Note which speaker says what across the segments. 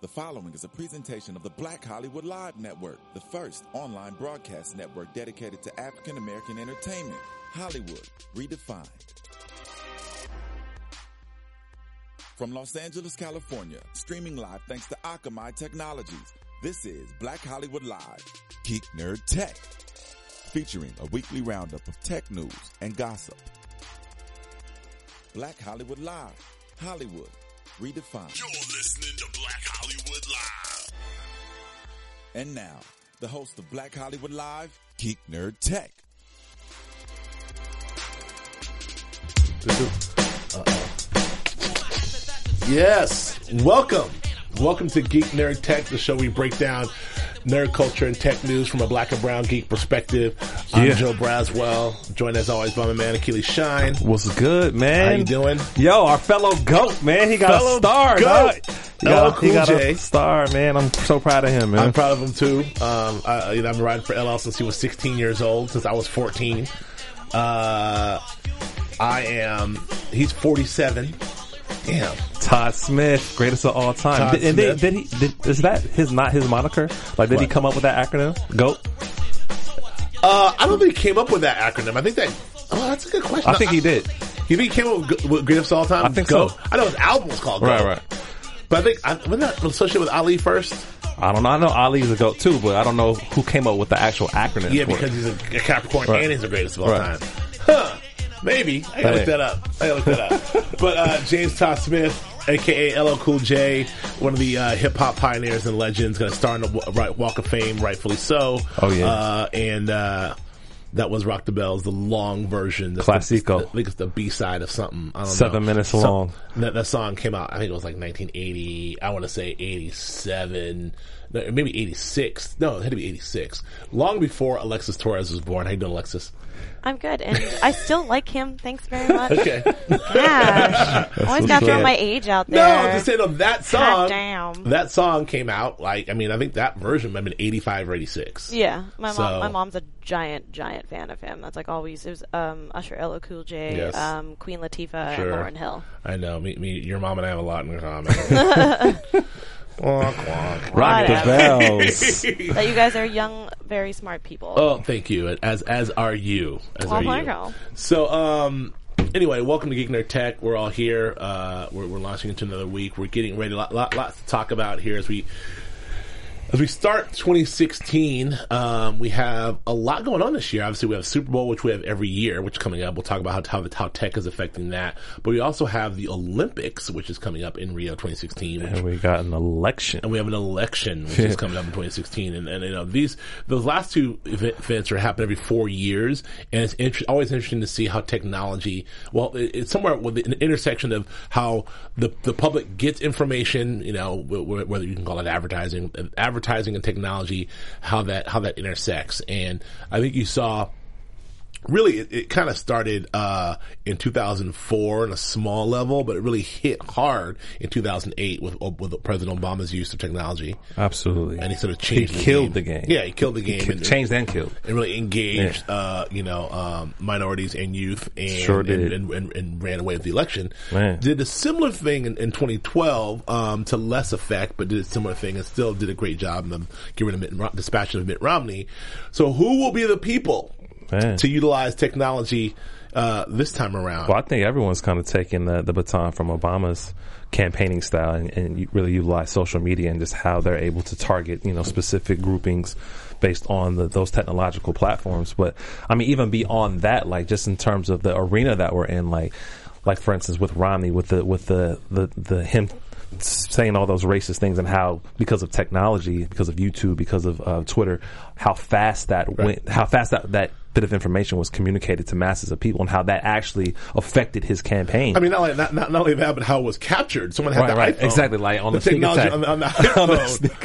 Speaker 1: The following is a presentation of the Black Hollywood Live Network, the first online broadcast network dedicated to African American entertainment. Hollywood redefined. From Los Angeles, California, streaming live thanks to Akamai Technologies. This is Black Hollywood Live, Geek Nerd Tech, featuring a weekly roundup of tech news and gossip. Black Hollywood Live, Hollywood redefined.
Speaker 2: You're listening to Black Hollywood Live.
Speaker 1: And now, the host of Black Hollywood Live, Geek Nerd Tech.
Speaker 3: Yes. Welcome. Welcome to Geek Nerd Tech, the show we break down nerd culture and tech news from a black and brown geek perspective. I'm
Speaker 4: Yeah.
Speaker 3: Joe Braswell, joined as always by my man Achilles Shine.
Speaker 4: What's good, man?
Speaker 3: How you doing?
Speaker 4: Yo, our fellow goat, man. He got
Speaker 3: Fellow
Speaker 4: a star.
Speaker 3: goat.
Speaker 4: dog. He
Speaker 3: LL
Speaker 4: got, he
Speaker 3: Cool
Speaker 4: got
Speaker 3: J.
Speaker 4: a star, man. I'm so proud of him, man.
Speaker 3: I'm proud of him too. Um, I, you know, I've been riding for LL since he was 16 years old, since I was 14. Uh, I am, he's 47. Damn.
Speaker 4: Todd Smith, greatest of all time.
Speaker 3: Todd
Speaker 4: Did, and
Speaker 3: Smith.
Speaker 4: did, did he? Did, is that his not his moniker? Like, did he
Speaker 3: What?
Speaker 4: come up with that acronym? Goat.
Speaker 3: Uh, I don't think he came up with that acronym. I think that, oh, that's a good question.
Speaker 4: I think he did.
Speaker 3: You think he came up with, Go- with Greatest of All Time?
Speaker 4: I think
Speaker 3: Go.
Speaker 4: so.
Speaker 3: I know his album was called Go.
Speaker 4: Right, right.
Speaker 3: But I think I, wasn't that associated with Ali first?
Speaker 4: I don't know. I know Ali's a goat too, but I don't know who came up with the actual acronym.
Speaker 3: Yeah,
Speaker 4: for it.
Speaker 3: because he's a, a Capricorn
Speaker 4: Right.
Speaker 3: and he's the greatest of all
Speaker 4: Right.
Speaker 3: time. Huh? Maybe I gotta look
Speaker 4: Hey.
Speaker 3: that up. I gotta look that up. but uh, James Todd Smith, aka LL Cool J, one of the uh, hip hop pioneers and legends, gonna star in the wa- right, Walk of Fame, rightfully so.
Speaker 4: Oh, yeah.
Speaker 3: Uh, and uh, that was Rock the Bells, the long version, That's the-
Speaker 4: Classico.
Speaker 3: I think it's the B side of something. I don't
Speaker 4: Seven
Speaker 3: know.
Speaker 4: minutes
Speaker 3: Some-
Speaker 4: long.
Speaker 3: Oh, That, that song came out. I think it was like 1980. I want to say 87, no, maybe 86. No, it had to be 86. Long before Alexis Torres was born. How you doing, Alexis?
Speaker 5: I'm good, and I still like him. Thanks very much.
Speaker 3: Okay. no,
Speaker 5: Gosh, always got to throw
Speaker 4: good.
Speaker 5: my age out there.
Speaker 3: I'm just saying on that song.
Speaker 5: damn.
Speaker 3: That song came out like I mean I think that version might have been 85 or 86.
Speaker 5: Yeah, my
Speaker 3: So-
Speaker 5: mom. My mom's a giant, giant fan of him. That's like always. It was um, Usher, LL Cool J,
Speaker 3: Yes.
Speaker 5: um, Queen Latifah,
Speaker 3: Sure.
Speaker 5: and Lauren Hill.
Speaker 3: I know. Me, me, your mom and I have a lot in common. Wonk, wonk.
Speaker 4: Rock the
Speaker 5: Whatever.
Speaker 4: bells.
Speaker 5: That you guys are young, very smart people.
Speaker 3: Oh, thank you. As as are you. As
Speaker 5: Well,
Speaker 3: are
Speaker 5: there
Speaker 3: you.
Speaker 5: you go.
Speaker 3: So, um, anyway, welcome to Geek Nerd Tech. We're all here. Uh, we're, we're launching into another week. We're getting ready. Lot, lot, lots to talk about here as we as we start 2016. Um, we have a lot going on this year. Obviously, we have Super Bowl, which we have every year, which is coming up. We'll talk about how how, how tech is affecting that. But we also have the Olympics, which is coming up in Rio 2016. Which
Speaker 4: and we got an election.
Speaker 3: and we have an election which is coming up in 2016 and, and you know these those last two event- events are happening every four years and it's inter- always interesting to see how technology well it, it's somewhere with the, an intersection of how the the public gets information you know wh- wh- whether you can call it advertising advertising and technology how that how that intersects and I think you saw really it, it kind of started uh, in 2004 on a small level but it really hit hard in 2008 with with president obama's use of technology
Speaker 4: Absolutely.
Speaker 3: and he sort of
Speaker 4: he
Speaker 3: changed the
Speaker 4: killed
Speaker 3: game.
Speaker 4: the game.
Speaker 3: yeah he killed the game
Speaker 4: He
Speaker 3: and,
Speaker 4: changed and killed.
Speaker 3: and really engaged uh, you know um, minorities and youth and,
Speaker 4: Sure
Speaker 3: and,
Speaker 4: did.
Speaker 3: and, and, and ran away with the election
Speaker 4: Man.
Speaker 3: did a similar thing in, in 2012 um, to less effect but did a similar thing and still did a great job in the getting rid of Mitt, Rom- dispatching of Mitt Romney so who will be the people
Speaker 4: Man.
Speaker 3: to utilize technology uh, this time around.
Speaker 4: Well, I think everyone's kind of taking the, the baton from Obama's campaigning style and, and you really utilize social media and just how they're able to target, you know, specific groupings based on the, those technological platforms. But I mean, even beyond that, like just in terms of the arena that we're in, like, like for instance with Romney, with the, with the, the, the him saying all those racist things and how because of technology, because of YouTube, because of uh, Twitter, how fast that went, how fast that, that bit of information was communicated to masses of people and how that actually affected his campaign.
Speaker 3: I mean, not, like, not, not, not only that, but how it was captured. Someone had
Speaker 4: Right,
Speaker 3: the
Speaker 4: right.
Speaker 3: iPhone.
Speaker 4: Exactly, like on the sneak
Speaker 3: technology
Speaker 4: attack.
Speaker 3: on the, on the
Speaker 4: On the
Speaker 3: iPhone.
Speaker 4: sneak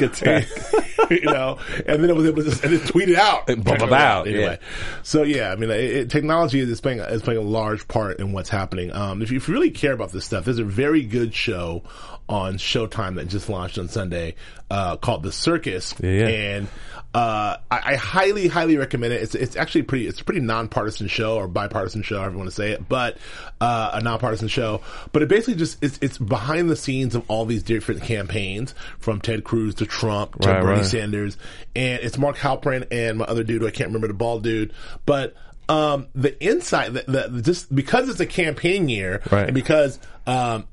Speaker 4: attack.
Speaker 3: you know, and then it was able to just, and it tweeted out.
Speaker 4: It bummed out,
Speaker 3: So yeah, I mean, it, it, technology is playing is playing a large part in what's happening. Um, if you, if you really care about this stuff, there's a very good show on Showtime that just launched on Sunday uh, called The Circus,
Speaker 4: Yeah, yeah.
Speaker 3: and uh, I, I highly, highly recommend it. It's it's actually pretty pretty it's a pretty nonpartisan show or bipartisan show, however you want to say it, but uh, a nonpartisan show. But it basically just it's it's behind the scenes of all these different campaigns from Ted Cruz to Trump to
Speaker 4: Right,
Speaker 3: Bernie
Speaker 4: right.
Speaker 3: Sanders, and it's Mark Halperin and my other dude who I can't remember the bald dude, but. Um, the insight that, that just because it's a campaign year
Speaker 4: Right.
Speaker 3: and because, um,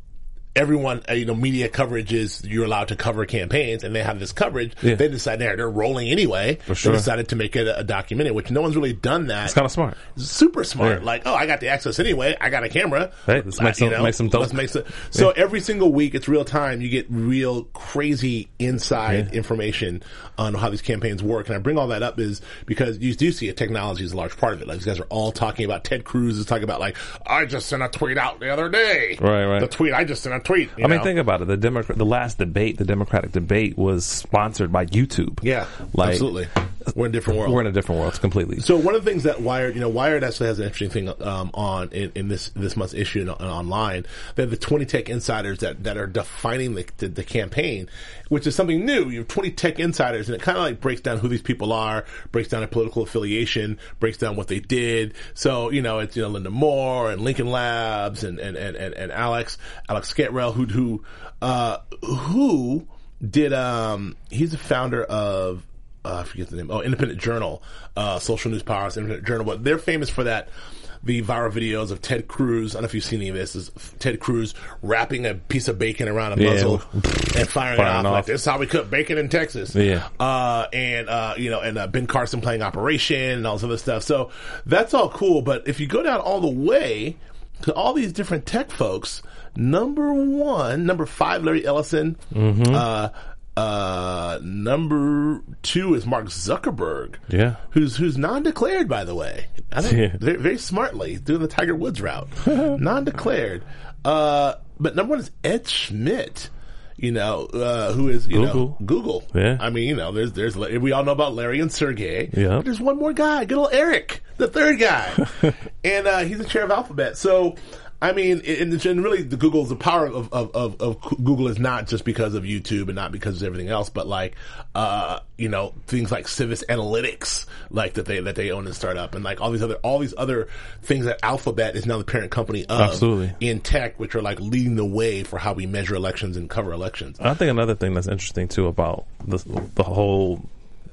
Speaker 3: everyone, uh, you know, media coverage is you're allowed to cover campaigns, and they have this coverage.
Speaker 4: Yeah.
Speaker 3: They decide they're they're rolling anyway.
Speaker 4: sure.
Speaker 3: They decided to make it a, a documentary, which no one's really done that.
Speaker 4: It's kind of smart.
Speaker 3: super smart.
Speaker 4: Yeah.
Speaker 3: Like, oh, I got the access anyway. I got a camera.
Speaker 4: Hey, let's
Speaker 3: Uh,
Speaker 4: make some- make some dope.
Speaker 3: Let's make some. So every single week, it's real time. You get real crazy inside information on how these campaigns work. And I bring all that up is because you do see it. Technology is a large part of it. Like these guys are all talking about. Ted Cruz is talking about like, I just sent a tweet out the other day.
Speaker 4: Right, right.
Speaker 3: The tweet. I just sent a tweet. you
Speaker 4: I mean,
Speaker 3: know?
Speaker 4: think about it. The Democrat, the last debate, the Democratic debate was sponsored by YouTube.
Speaker 3: Yeah,
Speaker 4: Like,
Speaker 3: absolutely. We're in a different world.
Speaker 4: We're in a different world completely.
Speaker 3: So one of the things that Wired, you know, Wired actually has an interesting thing um, on in, in this this month's issue and, and online. They have the twenty tech insiders that, that are defining the, the the campaign, which is something new. You have twenty tech insiders, and it kind of like breaks down who these people are, breaks down their political affiliation, breaks down what they did. So you know, it's you know Linda Moore and Lincoln Labs and and and, and, and Alex Alex Sketrell who who uh, who did um he's the founder of uh, I forget the name. Oh, Independent Journal, uh, Social News Powers, Independent Journal. But they're famous for that. The viral videos of Ted Cruz. I don't know if you've seen any of this. Is Ted Cruz wrapping a piece of bacon around a
Speaker 4: Yeah.
Speaker 3: muzzle and firing, it
Speaker 4: Firing
Speaker 3: off, like
Speaker 4: off.
Speaker 3: this is how we cook bacon in Texas.
Speaker 4: Yeah.
Speaker 3: Uh, and uh, you know, and uh, Ben Carson playing Operation and all this other stuff. So that's all cool. But if you go down all the way to all these different tech folks, number one, number five, Larry Ellison.
Speaker 4: Mm-hmm.
Speaker 3: Uh, uh, number two is Mark Zuckerberg.
Speaker 4: Yeah.
Speaker 3: who's who's non-declared, by the way. I think
Speaker 4: Yeah.
Speaker 3: very, very smartly doing the Tiger Woods route, non-declared. Uh, but number one is Ed Schmidt. You know uh, who is you
Speaker 4: Google.
Speaker 3: know Google.
Speaker 4: Yeah.
Speaker 3: I mean you know there's there's we all know about Larry and Sergey.
Speaker 4: Yeah.
Speaker 3: But there's one more guy, good old Eric, the third guy, and uh, he's the chair of Alphabet. So. I mean, and, and really, the Google's the power of, of, of, of Google is not just because of YouTube and not because of everything else, but like, uh, you know, things like Civis Analytics, like that they that they own and start up, and like all these other all these other things that Alphabet is now the parent company of
Speaker 4: Absolutely.
Speaker 3: in tech, which are like leading the way for how we measure elections and cover elections.
Speaker 4: I think another thing that's interesting too about the the whole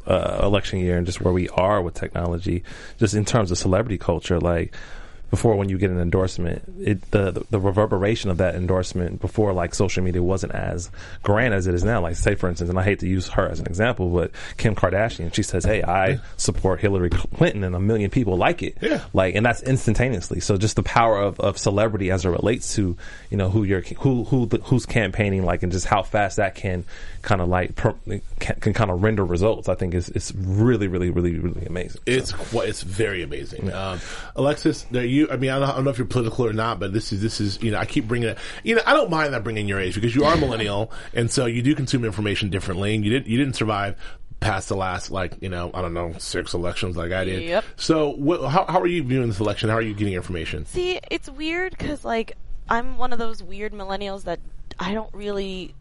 Speaker 4: uh, election year and just where we are with technology, just in terms of celebrity culture, like. Before, when you get an endorsement, it, the, the the reverberation of that endorsement before, like social media, wasn't as grand as it is now. Like, say for instance, and I hate to use her as an example, but Kim Kardashian, she says, "Hey, I support Hillary Clinton," and a million people like it.
Speaker 3: Yeah.
Speaker 4: Like, and that's instantaneously. So, just the power of, of celebrity as it relates to you know who you're who who who's campaigning like, and just how fast that can kind of like per, can, can kind of render results. I think is it's really really really really amazing.
Speaker 3: It's qu- it's very amazing, um, Alexis. There you. I mean, I don't, I don't know if you're political or not, but this is this is you know. I keep bringing it. You know, I don't mind that bringing your age because you are a millennial, and so you do consume information differently. And you didn't you didn't survive past the last like you know I don't know six elections like I did.
Speaker 5: Yep.
Speaker 3: So what, how how are you viewing this election? How are you getting information?
Speaker 5: See, it's weird because like I'm one of those weird millennials that I don't really.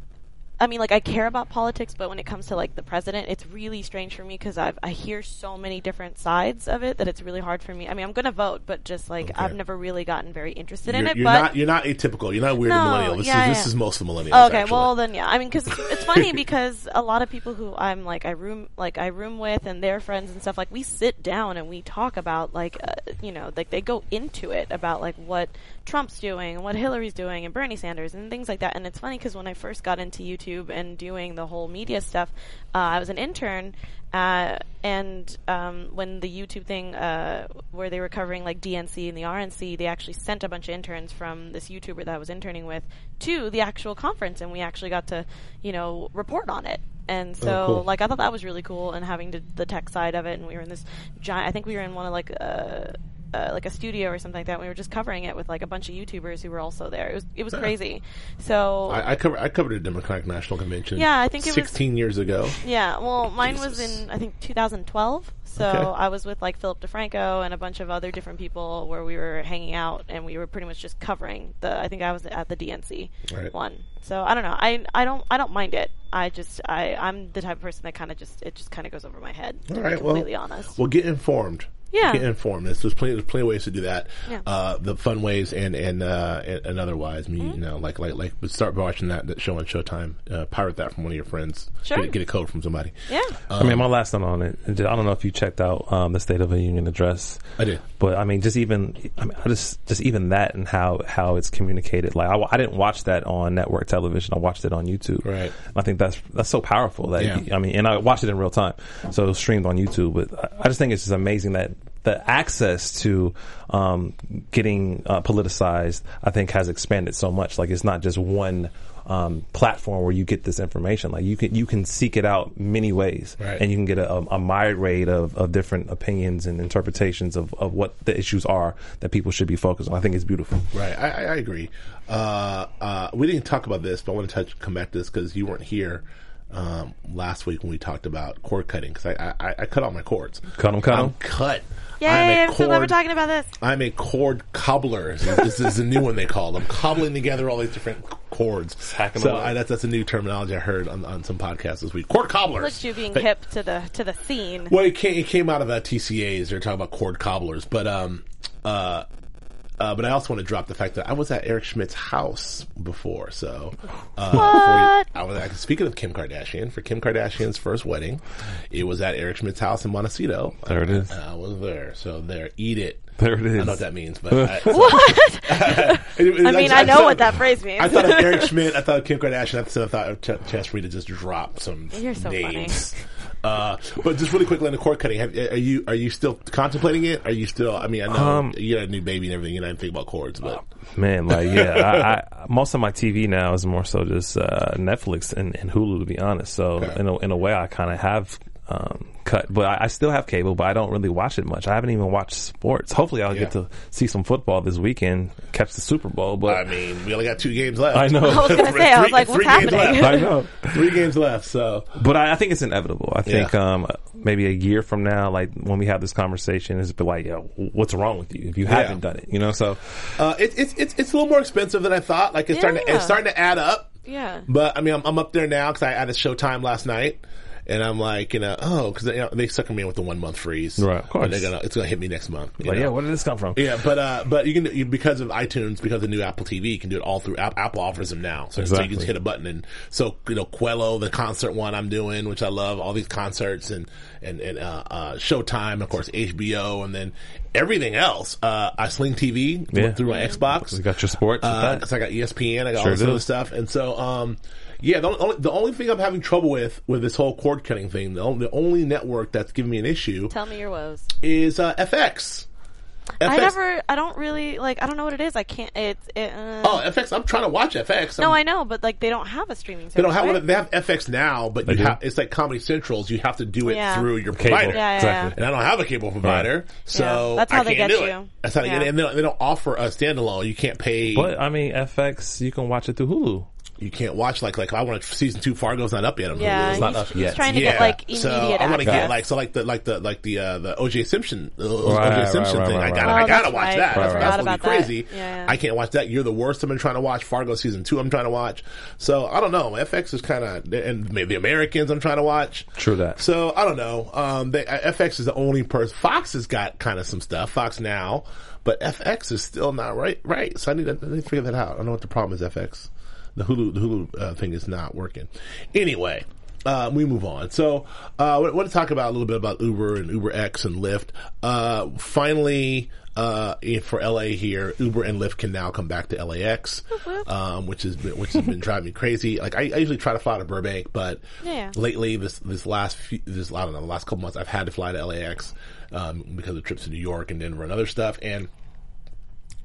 Speaker 5: I mean, like I care about politics, but when it comes to like the president, it's really strange for me because I I hear so many different sides of it that it's really hard for me. I mean, I'm gonna vote, but just like I've never really gotten very interested in
Speaker 3: You're,
Speaker 5: it.
Speaker 3: you're
Speaker 5: but
Speaker 3: not you're not atypical. You're not a weird
Speaker 5: No,
Speaker 3: millennial. This
Speaker 5: yeah,
Speaker 3: is
Speaker 5: yeah.
Speaker 3: this is most of the millennials.
Speaker 5: okay,
Speaker 3: actually.
Speaker 5: well then, yeah. I mean, because it's funny because a lot of people who I'm like I room like I room with and their friends and stuff like we sit down and we talk about like uh, you know like they go into it about like what Trump's doing and what Hillary's doing and Bernie Sanders and things like that. And it's funny because when I first got into YouTube and doing the whole media stuff, uh, I was an intern. Uh, and um, when the YouTube thing uh, where they were covering like DNC and the RNC, they actually sent a bunch of interns from this YouTuber that I was interning with to the actual conference, and we actually got to, you know, report on it. And so,
Speaker 3: Oh, cool.
Speaker 5: like, I thought that was really cool, and having to, the tech side of it, and we were in this giant. I think we were in one of like. Uh, uh, like a studio or something like that. and We were just covering it with like a bunch of YouTubers who were also there. It was it was crazy. So
Speaker 3: I, I covered I covered a Democratic National Convention.
Speaker 5: Yeah, I think it was-
Speaker 3: 16 years ago.
Speaker 5: Yeah, well, mine was
Speaker 3: Jesus.
Speaker 5: in I think 2012. So
Speaker 3: Okay.
Speaker 5: I was with like Philip DeFranco and a bunch of other different people where we were hanging out and we were pretty much just covering the. I think I was at the DNC
Speaker 3: Right.
Speaker 5: one. So I don't know. I I don't I don't mind it. I just I I'm the type of person that kind of just it just kind of goes over my head. To
Speaker 3: All right,
Speaker 5: be completely
Speaker 3: well,
Speaker 5: honest.
Speaker 3: Well, get informed.
Speaker 5: Yeah.
Speaker 3: get informed. There's, there's plenty, there's plenty of ways to do that.
Speaker 5: Yeah.
Speaker 3: Uh, the fun ways and and uh, and, and otherwise. I mean,
Speaker 5: Mm-hmm.
Speaker 3: you know, like like like start watching that that show on Showtime. Uh, pirate that from one of your friends.
Speaker 5: Sure.
Speaker 3: Get, get a code from somebody.
Speaker 5: Yeah.
Speaker 3: Um,
Speaker 4: I mean, my last note on it. I don't know if you checked out um, the State of the Union address.
Speaker 3: I did.
Speaker 4: but I mean, just even I mean, I just just even that and how how it's communicated. Like I, wa- I didn't watch that on network television. I watched it on YouTube.
Speaker 3: Right.
Speaker 4: I think that's that's so powerful. That
Speaker 3: Yeah.
Speaker 4: I mean, and I watched it in real time, so it was streamed on YouTube. But I- I just think it's just amazing that the access to um, getting uh, politicized, I think, has expanded so much. Like it's not just one. Um, platform where you get this information, like you can you can seek it out many ways,
Speaker 3: Right.
Speaker 4: and you can get a, a myriad of, of different opinions and interpretations of, of what the issues are that people should be focused on. I think it's beautiful.
Speaker 3: Right, I, I- I agree. Uh, uh, we didn't talk about this, but I want to touch come back to this because you weren't here um, last week when we talked about cord cutting because I, I I cut all my cords.
Speaker 4: Cut 'em, cut
Speaker 3: I'm
Speaker 4: 'em.
Speaker 3: Cut.
Speaker 5: Yay!
Speaker 3: I'm
Speaker 5: I'm,
Speaker 3: a
Speaker 5: so glad we're
Speaker 3: cord-
Speaker 5: talking about this.
Speaker 3: I'm a cord cobbler. This is the new one they call. I'm cobbling together all these different cords.
Speaker 4: hack 'em
Speaker 3: So
Speaker 4: up.
Speaker 3: I, that's that's a new terminology I heard on, on some podcasts this week. Cord cobblers.
Speaker 5: Look, you being
Speaker 3: But-
Speaker 5: hip to the to the scene.
Speaker 3: well, it came, it came out of uh, TCAs. They're talking about cord cobblers, but um, uh, uh, but I also want to drop the fact that I was at Eric Schmidt's house before. So, uh,
Speaker 5: What?
Speaker 3: Before you, I was actually- speaking of Kim Kardashian for Kim Kardashian's first wedding. It was at Eric Schmidt's house in Montecito.
Speaker 4: There it is.
Speaker 3: I, was there. So there, eat it.
Speaker 4: There it
Speaker 3: I don't
Speaker 4: is.
Speaker 3: know what that means, but I,
Speaker 5: What?
Speaker 3: I
Speaker 5: I mean, I know what that phrase means.
Speaker 3: I thought of Eric Schmidt. I thought of Kim Kardashian. I thought- I thought of Ch- Chess Reed to just drop some
Speaker 5: You're so funny.
Speaker 3: names. Uh, but just really quickly on the cord cutting, have, are you are you still contemplating it? Are you still? I mean, I know
Speaker 4: Um,
Speaker 3: you got a new baby and everything, and I didn't think about cords, but
Speaker 4: Man, like yeah, I, I, most of my TV now is more so just uh, Netflix and, and Hulu, to be honest. So
Speaker 3: Okay.
Speaker 4: in a, in a way, I kind of have um, cut, but I, I still have cable, but I don't really watch it much. I haven't even watched sports. Hopefully, I'll get
Speaker 3: Yeah.
Speaker 4: to see some football this weekend, catch the Super Bowl. But
Speaker 3: I mean, we only got two games left.
Speaker 4: I know.
Speaker 5: I was gonna say, I was
Speaker 3: Three-
Speaker 5: like, what's
Speaker 3: three games
Speaker 5: happening?
Speaker 3: left.
Speaker 4: I know.
Speaker 3: Three games left, so
Speaker 4: But I, I think it's inevitable. I think um, maybe a year from now, like when we have this conversation, it's be like, yo, what's wrong with you if you haven't done it? You know, so
Speaker 3: uh, it, it's it's it's a little more expensive than I thought. Like it's starting to,
Speaker 5: Yeah.
Speaker 3: it's starting to add up.
Speaker 5: Yeah.
Speaker 3: But I mean, I'm, I'm up there now because I had a Showtime last night, and I'm like, you know, oh, because you know, they sucking me in with the one month freeze,
Speaker 4: Right, of course.
Speaker 3: And They're gonna, it's gonna hit me next month. you
Speaker 4: like,
Speaker 3: know?
Speaker 4: yeah, where did this come from?
Speaker 3: Yeah, but uh, but you can you, because of iTunes, because of the new Apple TV, you can do it all through App, Apple offers them now. So, so you can
Speaker 4: Exactly.
Speaker 3: just hit a button and so you know Quello, the concert one I'm doing, which I love, all these concerts and and and uh, uh, Showtime, of course HBO, and then everything else. Uh, I Sling TV
Speaker 4: Yeah.
Speaker 3: through my Xbox.
Speaker 4: You got your sports. with that.
Speaker 3: Because Uh, I got E ESPN, I got all
Speaker 4: Sure
Speaker 3: this other
Speaker 4: do.
Speaker 3: stuff, and so um, yeah. The only, the only thing I'm having trouble with with this whole cord cutting thing, the only, the only network that's giving me an issue
Speaker 5: Tell me your woes.
Speaker 3: is uh, FX.
Speaker 5: I
Speaker 3: FX
Speaker 5: never. I don't really like. I don't know what it is. I can't. It. it uh,
Speaker 3: Oh, FX. I'm trying to watch FX. I'm,
Speaker 5: no, I know, but like they don't have a streaming service.
Speaker 3: They don't have
Speaker 5: right?
Speaker 3: one. They have FX now, but you
Speaker 4: do?
Speaker 3: have, it's like Comedy Central's. You have to do it
Speaker 5: Yeah.
Speaker 3: through your
Speaker 4: Cable.
Speaker 3: provider.
Speaker 5: Yeah, yeah,
Speaker 4: Exactly.
Speaker 3: And I don't have a cable provider, so
Speaker 5: Yeah. That's how
Speaker 3: I
Speaker 5: they
Speaker 3: can't
Speaker 5: get
Speaker 3: do it.
Speaker 5: you.
Speaker 3: That's how they get
Speaker 5: Yeah.
Speaker 3: it. And they don't, they don't offer a standalone. You can't pay.
Speaker 4: But I mean, FX, you can watch it through Hulu.
Speaker 3: You can't watch like like I want to, season two Fargo's not up yet. I'm
Speaker 5: Yeah,
Speaker 3: it's
Speaker 5: he's,
Speaker 3: not up
Speaker 5: he's
Speaker 3: yet.
Speaker 5: trying to
Speaker 3: yeah.
Speaker 5: get like immediate
Speaker 3: so I want to
Speaker 5: access.
Speaker 3: get like so like the like the like the uh, the OJ Simpson uh,
Speaker 4: Right,
Speaker 3: OJ
Speaker 4: right,
Speaker 3: Simpson
Speaker 4: right,
Speaker 3: thing.
Speaker 4: right,
Speaker 3: I gotta
Speaker 4: right.
Speaker 3: I
Speaker 5: Oh,
Speaker 3: gotta
Speaker 5: that's
Speaker 3: watch
Speaker 5: right.
Speaker 3: that.
Speaker 5: I
Speaker 3: That's,
Speaker 5: forgot
Speaker 3: that's gonna
Speaker 5: about
Speaker 3: be crazy.
Speaker 5: that. Yeah, yeah.
Speaker 3: I can't watch that. You're the worst. I've been trying to watch Fargo season two. I'm trying to watch. So I don't know. FX is kind of and maybe the Americans. I'm trying to watch.
Speaker 4: True that.
Speaker 3: So I don't know. Um, they, uh, FX is the only person. Fox has got kind of some stuff. Fox now, but FX is still not right. Right. So I need to, I need to figure that out. I don't know what the problem is. FX, the Hulu, the Hulu uh, thing is not working. Anyway. Uh, we move on. So, uh, I want to talk about a little bit about Uber and Uber X and Lyft. Uh, finally, uh, if for LA here, Uber and Lyft can now come back to LAX, um, which has been, which has been driving me crazy. Like, I, I usually try to fly to Burbank, but
Speaker 5: Yeah.
Speaker 3: lately this this last few, this I don't know the last couple months I've had to fly to LAX um, because of trips to New York and Denver and other stuff and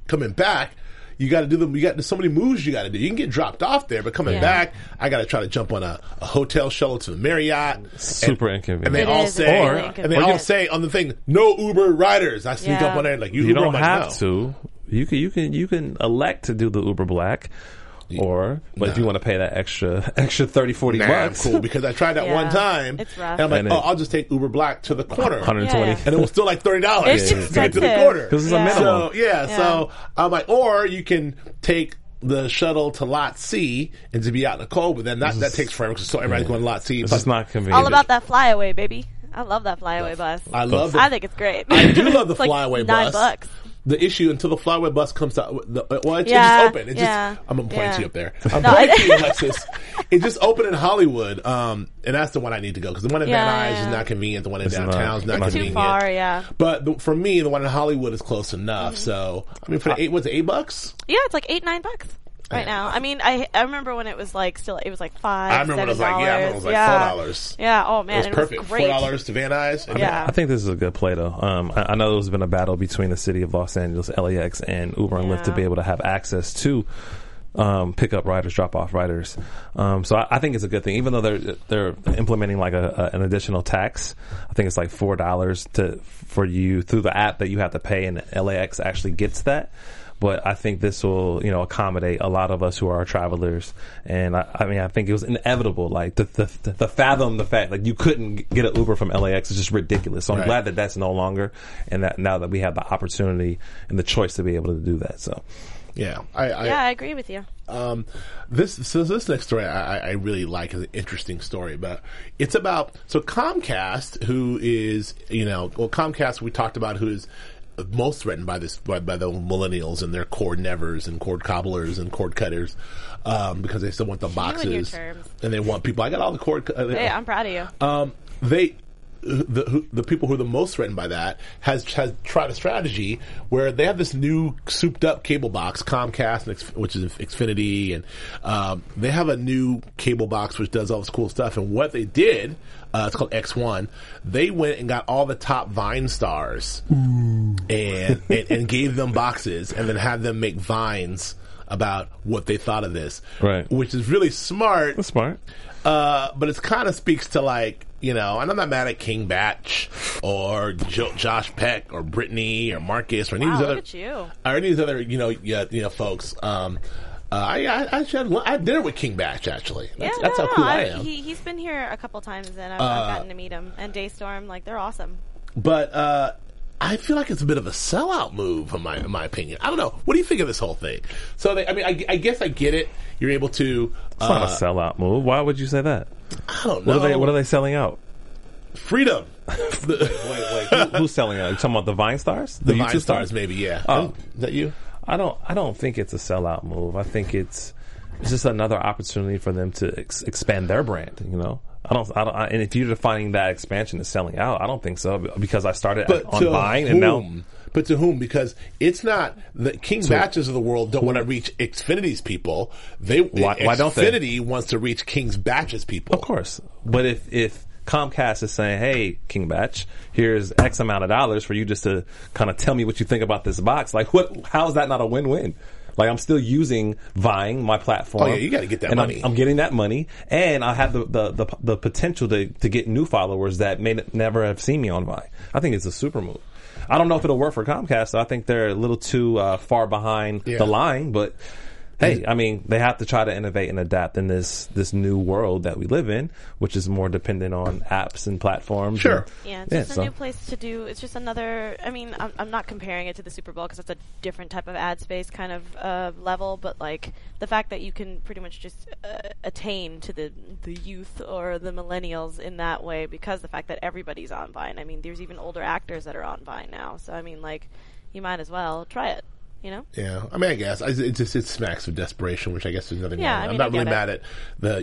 Speaker 3: coming back you got to do them you got there's so many moves you got to do you can get dropped off there but coming
Speaker 5: Yeah.
Speaker 3: back I got to try to jump on a, a hotel shuttle to the Marriott
Speaker 4: Super
Speaker 3: and they
Speaker 4: inconvenient.
Speaker 5: It
Speaker 3: all
Speaker 5: is
Speaker 3: say
Speaker 5: really
Speaker 3: and they
Speaker 5: inconvenient.
Speaker 3: all say on the thing no Uber riders I sneak
Speaker 5: Yeah.
Speaker 3: up on there like you,
Speaker 4: you
Speaker 3: Uber,
Speaker 4: don't
Speaker 3: I'm like,
Speaker 4: have
Speaker 3: no.
Speaker 4: to. You can you can you can elect to do the Uber Black, or but if
Speaker 3: Nah.
Speaker 4: you want to pay that extra extra 30, 40
Speaker 3: Nah, I'm
Speaker 4: bucks,
Speaker 3: cool because I tried that
Speaker 5: Yeah.
Speaker 3: one time
Speaker 5: It's rough.
Speaker 3: and I'm like
Speaker 4: And
Speaker 3: oh
Speaker 4: it-
Speaker 3: I'll just take Uber Black to the corner
Speaker 4: hundred and twenty.
Speaker 5: Yeah.
Speaker 3: and it was still like thirty dollars
Speaker 5: It's
Speaker 3: to get to the
Speaker 5: expensive.
Speaker 3: corner.
Speaker 4: 'Cause it's a
Speaker 5: Yeah.
Speaker 4: minimum.
Speaker 3: So yeah,
Speaker 5: Yeah.
Speaker 3: so I'm like, or you can take the shuttle to Lot C and to be out in the cold, but then that, that takes forever because so everybody's going to Lot C.
Speaker 4: It's
Speaker 3: Plus-
Speaker 4: just not convenient.
Speaker 5: all about that flyaway, baby. I love that flyaway bus.
Speaker 3: I love it.
Speaker 5: I think it's great.
Speaker 3: I do love the
Speaker 5: It's like
Speaker 3: flyaway
Speaker 5: nine
Speaker 3: bus.
Speaker 5: bucks.
Speaker 3: The issue until the flyaway bus comes out. The, well, it's,
Speaker 5: Yeah,
Speaker 3: it's open. It
Speaker 5: yeah,
Speaker 3: just, I'm gonna point to
Speaker 5: yeah.
Speaker 3: you up there. I'm
Speaker 5: No,
Speaker 3: pointing
Speaker 5: I-
Speaker 3: to you, Alexis. It just opened in Hollywood, um, and that's the one I need to go because the one in
Speaker 5: Yeah,
Speaker 3: Van Nuys
Speaker 5: yeah.
Speaker 3: is not convenient. The one in
Speaker 4: It's not.
Speaker 3: downtown is not
Speaker 4: It's too
Speaker 5: Too
Speaker 3: convenient.
Speaker 5: far, yeah.
Speaker 3: But the, for me, the one in Hollywood is close enough.
Speaker 5: Mm-hmm.
Speaker 3: So I mean, for
Speaker 5: Uh,
Speaker 3: the eight was it eight bucks.
Speaker 5: Yeah, it's like eight, nine bucks right now. I mean, I I remember when it was like still it was like five.
Speaker 3: I remember when it was like yeah, I remember when it was like four dollars.
Speaker 5: Yeah. Oh man,
Speaker 3: It was
Speaker 5: and
Speaker 3: perfect.
Speaker 5: It was great.
Speaker 3: Four dollars to Van Nuys. And
Speaker 5: Yeah.
Speaker 4: I think this is a good play, though. Um, I, I know there's been a battle between the city of Los Angeles, LAX, and Uber and Lyft to
Speaker 5: Yeah.
Speaker 4: be able to have access to um, pick up riders, drop off riders. Um, so I, I think it's a good thing, even though they're they're implementing like a, a, an additional tax. I think it's like four dollars to for you through the app that you have to pay, and LAX actually gets that. But I think this will, you know, accommodate a lot of us who are travelers. And I, I mean, I think it was inevitable. Like the, the, the fathom the fact like you couldn't get an Uber from LAX is just ridiculous. So I'm
Speaker 3: Right.
Speaker 4: glad that that's no longer, and that now that we have the opportunity and the choice to be able to do that. So
Speaker 3: yeah, I, I,
Speaker 5: Yeah, I agree with you.
Speaker 3: um, this so this next story I, I- I really like is an interesting story, but it's about so Comcast, who is you know well Comcast we talked about who is most threatened by this by, by the millennials and their cord nevers and cord cobblers and cord cutters um, because they still want the
Speaker 5: and your
Speaker 3: boxes
Speaker 5: terms.
Speaker 3: and they want people. I got all the cord. Uh,
Speaker 5: Hey, I'm proud of you.
Speaker 3: um, they the who, the people who are the most threatened by that has has tried a strategy where they have this new souped up cable box, Comcast, and Xf- which is Xfinity, and um, they have a new cable box which does all this cool stuff. And what they did, uh, it's called X One. They went and got all the top Vine stars and, and and gave them boxes, and then had them make vines about what they thought of this,
Speaker 4: Right.
Speaker 3: Which is really smart.
Speaker 4: that's smart.
Speaker 3: Uh, but it kind of speaks to like you know, and I'm not mad at King Batch or jo- Josh Peck or Brittany or Marcus or any of
Speaker 5: Wow,
Speaker 3: these
Speaker 5: look
Speaker 3: other
Speaker 5: at you.
Speaker 3: or any of these other you know yeah, you know folks. Um, uh, I, I I actually had, one- I had dinner with King Batch actually. That's,
Speaker 5: yeah,
Speaker 3: that's
Speaker 5: no,
Speaker 3: how cool
Speaker 5: no,
Speaker 3: I, am. Uh,
Speaker 5: He, he's been here a couple times, and I've, I've gotten to meet him. And Daystorm, like they're awesome.
Speaker 3: but uh, I feel like it's a bit of a sellout move, in my in my opinion. I don't know. What do you think of this whole thing? So they, I mean, I, I guess I get it. You're able to.
Speaker 4: It's not a
Speaker 3: Uh,
Speaker 4: sellout move. Why would you say that?
Speaker 3: I don't know.
Speaker 4: What are they? What are they selling out?
Speaker 3: Freedom.
Speaker 4: Wait, wait, who, who's selling out? You talking about the Vine Stars?
Speaker 3: The
Speaker 4: YouTube
Speaker 3: Vine stars, maybe. Yeah.
Speaker 4: Oh.
Speaker 3: Is that you?
Speaker 4: I don't. I don't think it's a sellout move. I think it's it's just another opportunity for them to ex- expand their brand. You know. I don't, I don't, I, and if you're defining that expansion as selling out, I don't think so because I started
Speaker 3: but
Speaker 4: on
Speaker 3: to
Speaker 4: Vine
Speaker 3: whom?
Speaker 4: and now
Speaker 3: But to whom? Because it's not the King Batches of the world don't want to reach Xfinity's people. They
Speaker 4: Why- why don't they?
Speaker 3: Xfinity wants to reach King's Batches people.
Speaker 4: Of course. But if if Comcast is saying, "Hey, King Batch, here's X amount of dollars for you just to kind of tell me what you think about this box," like what? How is that not a win-win? Like I'm still using Vine, my platform.
Speaker 3: Oh, yeah, you gotta get that
Speaker 4: and I'm-
Speaker 3: money.
Speaker 4: I'm, getting that money, and I have the the, the, the potential to, to get new followers that may n- never have seen me on Vine. I think it's a super move. I don't know if it'll work for Comcast. I think they're a little too uh, far behind
Speaker 3: Yeah.
Speaker 4: the line, but hey, I mean, they have to try to innovate and adapt in this this new world that we live in, which is more dependent on apps and platforms.
Speaker 3: Sure.
Speaker 4: And,
Speaker 5: Yeah, it's just a new place to do. It's just another. I mean, I'm, I'm not comparing it to the Super Bowl because that's a different type of ad space kind of uh, level. But like the fact that you can pretty much just uh, attain to the the youth or the millennials in that way because the fact that everybody's on Vine. I mean, there's even older actors that are on Vine now. So I mean, like you might as well try it. You know?
Speaker 3: Yeah, I mean, I guess I, it just it smacks of desperation, which I guess there's nothing.
Speaker 5: Yeah,
Speaker 3: wrong.
Speaker 5: I
Speaker 3: with. I'm
Speaker 5: mean, I
Speaker 3: not really
Speaker 5: get
Speaker 3: mad at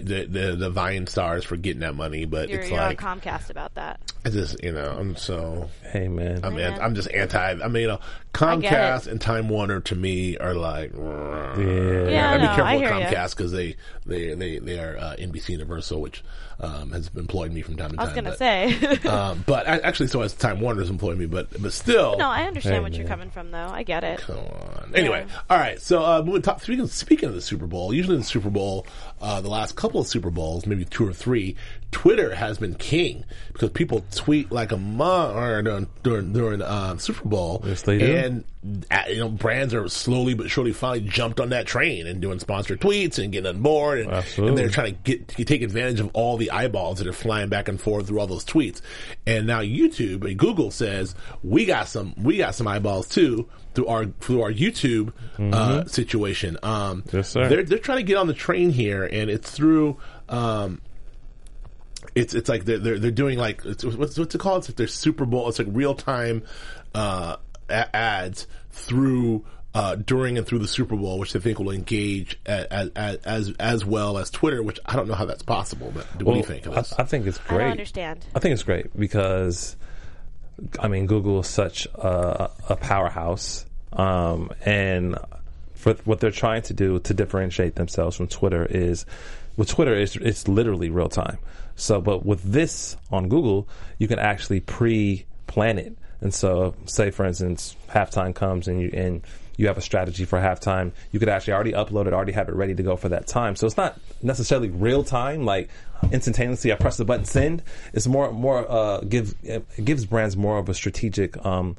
Speaker 3: the the, the the Vine stars for getting that money, but
Speaker 5: You're,
Speaker 3: it's
Speaker 5: you're
Speaker 3: like
Speaker 5: on Comcast about that.
Speaker 3: I just you know I'm so
Speaker 4: hey man,
Speaker 3: I'm
Speaker 5: Man.
Speaker 3: an, I'm just anti. I mean, you know,
Speaker 5: Mm-hmm. get it.
Speaker 3: Comcast and Time Warner to me are like.
Speaker 4: yeah.
Speaker 5: Yeah,
Speaker 3: I'd be
Speaker 5: no,
Speaker 3: careful
Speaker 5: I
Speaker 3: with
Speaker 5: hear ya.
Speaker 3: Comcast because they, they, they, they are uh, NBC Universal, which um, has employed me from time to time.
Speaker 5: I was gonna
Speaker 3: but,
Speaker 5: say.
Speaker 3: um, but I, actually, so has Time Warner's employed me, but but still.
Speaker 5: no, I understand what you're
Speaker 4: man.
Speaker 5: coming from though. I get it.
Speaker 3: Come on. Anyway, all right. So, uh, moving top, speaking, speaking of the Super Bowl, usually in the Super Bowl, uh, the last couple of Super Bowls, maybe two or three, Twitter has been king because people tweet like a month during during, during uh, Super Bowl.
Speaker 4: Yes, they do.
Speaker 3: And uh, you know, brands are slowly but surely finally jumped on that train and doing sponsored tweets and getting on board, and,
Speaker 4: Absolutely.
Speaker 3: and they're trying to get to take advantage of all the eyeballs that are flying back and forth through all those tweets. And now YouTube and Google says we got some we got some eyeballs too through our through our YouTube uh, situation. Um,
Speaker 4: Mm-hmm. Yes, sir.
Speaker 3: They're they're trying to get on the train here, and it's through. Um, it's it's like they're they're, they're doing like it's, what's what's it called? It's like their Super Bowl. It's like real time uh, a- ads through. Uh, during and through the Super Bowl, which they think will engage as as as well as Twitter, which I don't know how that's possible. But what do you think of
Speaker 4: I-
Speaker 3: this?
Speaker 4: I, think it's
Speaker 5: I
Speaker 4: great.
Speaker 5: don't understand.
Speaker 4: I think it's great because, I mean, Google is such a, a powerhouse, um, and for what they're trying to do to differentiate themselves from Twitter is, with Twitter, it's, it's literally real time. So, but with this on Google, you can actually pre-plan it. And so, say for instance, halftime comes and you and you have a strategy for halftime. You could actually already upload it, already have it ready to go for that time. So it's not necessarily real time, like instantaneously. I press the button, send. It's more more uh, give it gives brands more of a strategic um,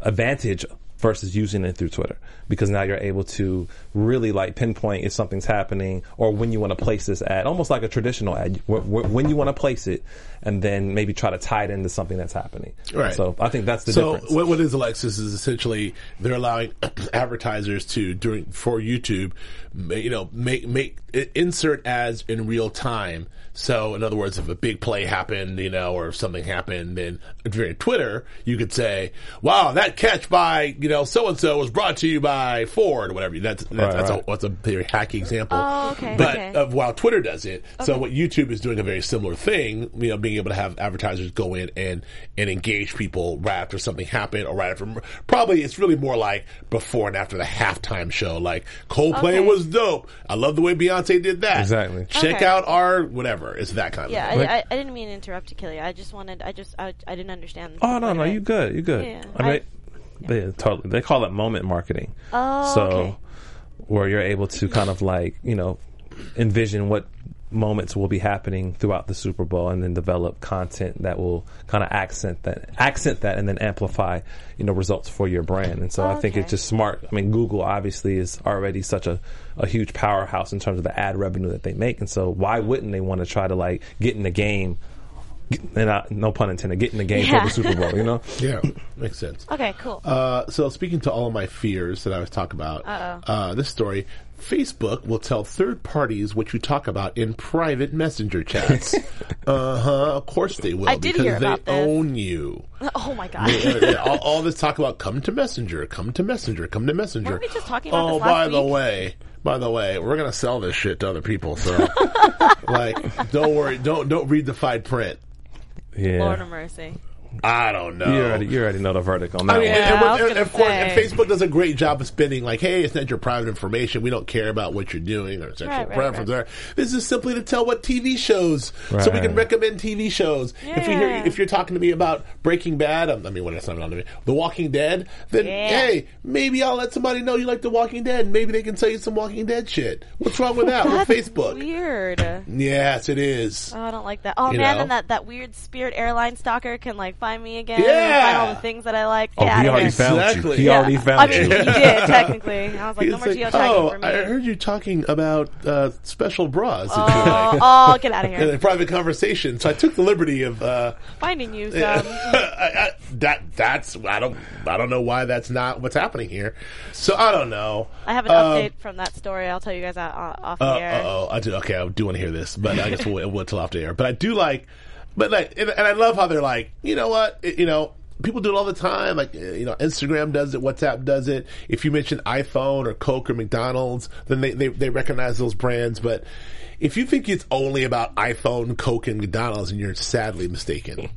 Speaker 4: advantage versus using it through Twitter because now you're able to really like pinpoint if something's happening or when you want to place this ad, almost like a traditional ad, wh- wh- when you want to place it, and then maybe try to tie it into something that's happening.
Speaker 3: Right.
Speaker 4: So I think that's the
Speaker 3: so
Speaker 4: difference.
Speaker 3: what what is Alexis is essentially they're allowing advertisers to during for YouTube, ma- you know, make make i- insert ads in real time. So in other words, if a big play happened, you know, or if something happened, then during Twitter you could say, "Wow, that catch by you know so and so was brought to you by Ford or whatever." That's that's,
Speaker 4: Right,
Speaker 3: that's, A,
Speaker 4: right.
Speaker 3: that's a very hacky example.
Speaker 5: Oh, okay,
Speaker 3: But
Speaker 5: okay.
Speaker 3: uh, of while Twitter does it. So what YouTube is doing a very similar thing, you know, being able to have advertisers go in and and engage people right after something happened or right after probably it's really more like before and after the halftime show. Like Coldplay
Speaker 5: Okay.
Speaker 3: was dope. I love the way Beyonce did that.
Speaker 4: Exactly.
Speaker 3: Check
Speaker 5: Okay.
Speaker 3: out our whatever. It's that kind
Speaker 5: Yeah,
Speaker 3: of
Speaker 5: I, I, I didn't mean to interrupt you, Kelly. I just wanted. I just. I, I didn't understand.
Speaker 4: Oh no, no, you good, you good.
Speaker 5: Yeah.
Speaker 4: I mean,
Speaker 5: I-
Speaker 4: they, totally. They call it moment marketing.
Speaker 5: Oh,
Speaker 4: so
Speaker 5: okay.
Speaker 4: where you're able to kind of like you know envision what moments will be happening throughout the Super Bowl, and then develop content that will kind of accent that, accent that, and then amplify you know results for your brand. And so I think it's
Speaker 5: Okay.
Speaker 4: just smart. I mean, Google obviously is already such a a huge powerhouse in terms of the ad revenue that they make, and so why wouldn't they want to try to like get in the game? And I, no pun intended, get in the game
Speaker 5: Yeah.
Speaker 4: for the Super Bowl, you know?
Speaker 3: Yeah. Makes sense.
Speaker 5: Okay, cool.
Speaker 3: Uh, so speaking to all of my fears that I was talking about,
Speaker 5: Uh-oh.
Speaker 3: uh, this story, Facebook will tell third parties what you talk about in private messenger chats. uh huh. Of course they will
Speaker 5: I did
Speaker 3: because
Speaker 5: hear
Speaker 3: they
Speaker 5: about this.
Speaker 3: own you.
Speaker 5: oh my god.
Speaker 3: Uh, yeah, all, all this talk about come to messenger, come to messenger, come to messenger.
Speaker 5: Weren't we just talking about
Speaker 3: oh,
Speaker 5: this last
Speaker 3: by the
Speaker 5: week?
Speaker 3: way, by the way, we're gonna sell this shit to other people. So, like, don't worry, don't don't read the fine print.
Speaker 4: Yeah.
Speaker 5: Lord of mercy.
Speaker 3: I don't know.
Speaker 4: You already, you already know the verdict on that
Speaker 3: I mean,
Speaker 4: one.
Speaker 5: Oh, Yeah,
Speaker 3: and,
Speaker 5: I was
Speaker 3: and-
Speaker 5: gonna
Speaker 3: of course, and
Speaker 5: say.
Speaker 3: Facebook does a great job of spinning like, "Hey, it's not your private information. We don't care about what you're doing or sexual
Speaker 5: Right, right,
Speaker 3: preference." or- This is simply to tell what TV shows, so we
Speaker 4: Right.
Speaker 3: can recommend TV shows. If we hear,
Speaker 5: Yeah.
Speaker 3: if you're talking to me about Breaking Bad, um, I mean, what else not on to me? The Walking Dead. Then,
Speaker 5: Yeah.
Speaker 3: hey, maybe I'll let somebody know you like The Walking Dead. Maybe they can tell you some Walking Dead shit. What's wrong with that? with Facebook?
Speaker 5: Weird. Oh,
Speaker 3: Yes, it is.
Speaker 5: I don't like that. Oh
Speaker 3: You
Speaker 5: man,
Speaker 3: know?
Speaker 5: then that, that weird Spirit airline stalker can like find me again.
Speaker 3: Yeah.
Speaker 5: And find all the things that I like.
Speaker 4: Oh,
Speaker 5: Get out
Speaker 4: he
Speaker 5: of
Speaker 4: already
Speaker 5: here.
Speaker 4: found
Speaker 3: Exactly.
Speaker 4: you. He
Speaker 5: Yeah.
Speaker 4: already found
Speaker 5: I mean,
Speaker 4: you.
Speaker 5: he did technically. I was like, no
Speaker 3: It's
Speaker 5: more
Speaker 3: like,
Speaker 5: geotagging
Speaker 3: oh,
Speaker 5: for me.
Speaker 3: I heard you talking about uh, special bras. that you like.
Speaker 5: oh, oh, get out of
Speaker 3: in
Speaker 5: here.
Speaker 3: a private conversation. So I took the liberty of uh,
Speaker 5: Finding you,
Speaker 3: I,
Speaker 5: dumb.
Speaker 3: I, that. That's I don't I don't know why that's not what's happening here. So I don't know.
Speaker 5: I have an
Speaker 4: Um,
Speaker 5: update from that story. I'll tell you guys out, uh, off the air.
Speaker 3: Uh oh, I do. Okay, I do want to hear this, but I guess we'll, we'll wait till after the air. But I do like, but like, and, and I love how they're like, you know what, It- you know. People do it all the time. Like, uh, you know, Instagram does it, WhatsApp does it. If you mention iPhone or Coke or McDonald's, then they, they, they recognize those brands. But if you think it's only about iPhone, Coke, and McDonald's, and you're sadly mistaken.